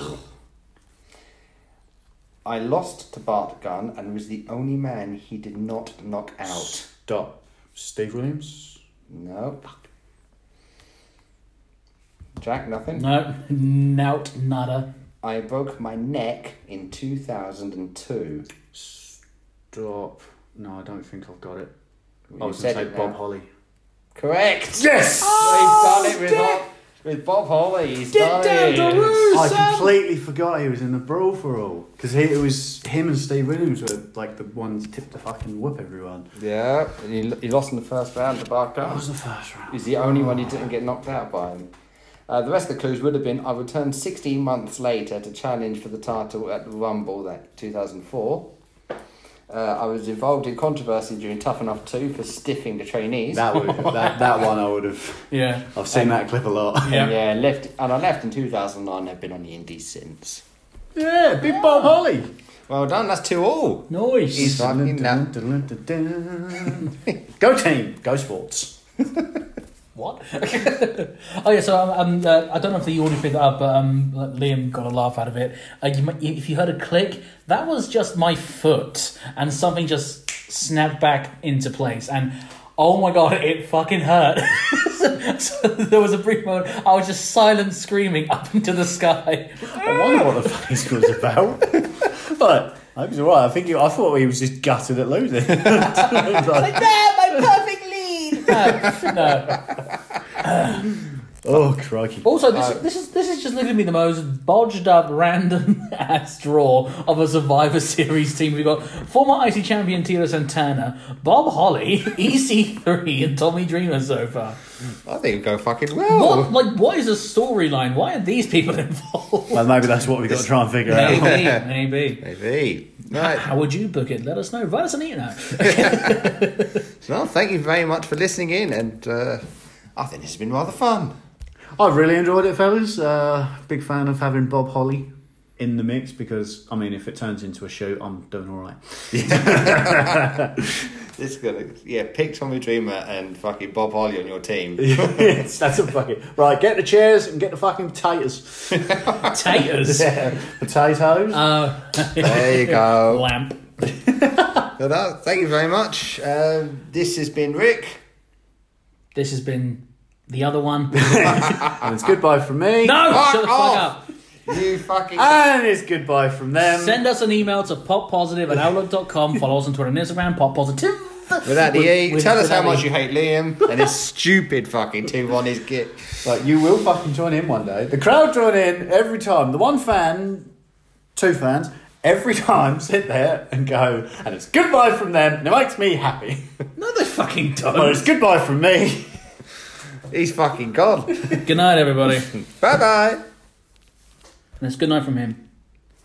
Speaker 1: I lost to Bart Gunn and was the only man he did not knock out.
Speaker 3: Stop. Steve Williams.
Speaker 1: No. Jack, nothing.
Speaker 2: No. Nout. Nada.
Speaker 1: I broke my neck in 2002.
Speaker 3: Stop. No, I don't think I've got it.
Speaker 1: You
Speaker 3: I was
Speaker 1: said
Speaker 3: going to
Speaker 1: it
Speaker 3: say Bob
Speaker 1: now.
Speaker 3: Holly.
Speaker 1: Correct!
Speaker 3: Yes!
Speaker 1: They've done it with, Bob, with Bob Holly. He's
Speaker 2: Get
Speaker 1: done
Speaker 2: down
Speaker 1: it.
Speaker 2: to roost!
Speaker 3: I
Speaker 2: Sam!
Speaker 3: completely forgot he was in the brawl for all because it was him and Steve Williams were like the ones tipped to fucking whoop everyone.
Speaker 1: Yeah, he, he lost in the first round to Bart
Speaker 3: That
Speaker 1: Gunn.
Speaker 3: was the first round.
Speaker 1: He's the only one who didn't get knocked out by him. Uh, the rest of the clues would have been I returned 16 months later to challenge for the title at the Rumble that 2004. Uh, I was involved in controversy during Tough Enough 2 for stiffing the trainees.
Speaker 3: That would that, that one I would have.
Speaker 2: Yeah.
Speaker 3: I've seen that clip a lot.
Speaker 2: Yeah.
Speaker 1: And yeah, left and I left in 2009. I've been on the indie since.
Speaker 3: Yeah, big Bob Holly.
Speaker 1: Well done. That's two all.
Speaker 2: Noise.
Speaker 1: He's fucking that.
Speaker 3: Go team, go sports.
Speaker 2: What? oh yeah, so um, um uh, I don't know if the audio picked that up, but um, Liam got a laugh out of it. Uh, you might, if you heard a click, that was just my foot, and something just snapped back into place, and oh my god, it fucking hurt. so, so there was a brief moment I was just silent screaming up into the sky.
Speaker 3: I wonder what the fuck this was about. but I hope he's alright. I think he, I thought he was just gutted at losing.
Speaker 2: Like there, my perfect lead. No, no.
Speaker 3: oh crikey!
Speaker 2: Also, this, this is this is just literally the most bodged up, random ass draw of a Survivor Series team. We've got former IC champion Tito Santana, Bob Holly, EC3, and Tommy Dreamer so far.
Speaker 4: I think it'd go fucking
Speaker 2: What
Speaker 4: well.
Speaker 2: like what is the storyline? Why are these people involved?
Speaker 3: Well, maybe that's what we've got to try and figure out.
Speaker 2: Maybe, maybe.
Speaker 4: Maybe. Right.
Speaker 2: How would you book it? Let us know. Write us an email.
Speaker 4: Well, thank you very much for listening in, and uh, I think this has been rather fun.
Speaker 3: I've really enjoyed it, fellas. Uh, big fan of having Bob Holly in the mix because, I mean, if it turns into a show, I'm doing all right.
Speaker 4: It's gonna, yeah, pick Tommy Dreamer and fucking Bob Harley on your team.
Speaker 3: yes, that's a fucking right. Get the chairs and get the fucking potatoes.
Speaker 2: Taters.
Speaker 3: potatoes.
Speaker 2: Uh,
Speaker 4: There you go.
Speaker 2: lamp.
Speaker 4: So that, thank you very much. Uh, this has been Rick.
Speaker 2: This has been the other one. No,
Speaker 3: and it's goodbye from me.
Speaker 2: shut the fuck
Speaker 4: off.
Speaker 2: up.
Speaker 4: You fucking.
Speaker 3: And it's goodbye from them.
Speaker 2: Send us an email to poppositive at outlook.com. Follow us on Twitter and Instagram, poppositive.
Speaker 4: Without the E,
Speaker 2: with-
Speaker 4: tell us how
Speaker 2: without the
Speaker 4: much
Speaker 2: E.
Speaker 4: you hate Liam and his stupid fucking two on his kit.
Speaker 3: Like you will fucking join in one day. The crowd join in every time. The one fan, two fans, every time sit there and go, and it's goodbye from them, and it makes me happy.
Speaker 2: No, they fucking
Speaker 3: well,
Speaker 2: don't.
Speaker 3: it's goodbye from me.
Speaker 4: He's fucking gone.
Speaker 2: good night, everybody.
Speaker 4: bye bye.
Speaker 2: And it's good night from him.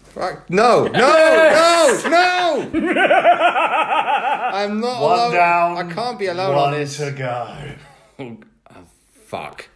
Speaker 4: Fuck. No, no, no, no! I'm not
Speaker 3: One
Speaker 4: allowed.
Speaker 3: down.
Speaker 4: I can't be allowed
Speaker 3: one
Speaker 4: on this.
Speaker 3: to go.
Speaker 4: Fuck.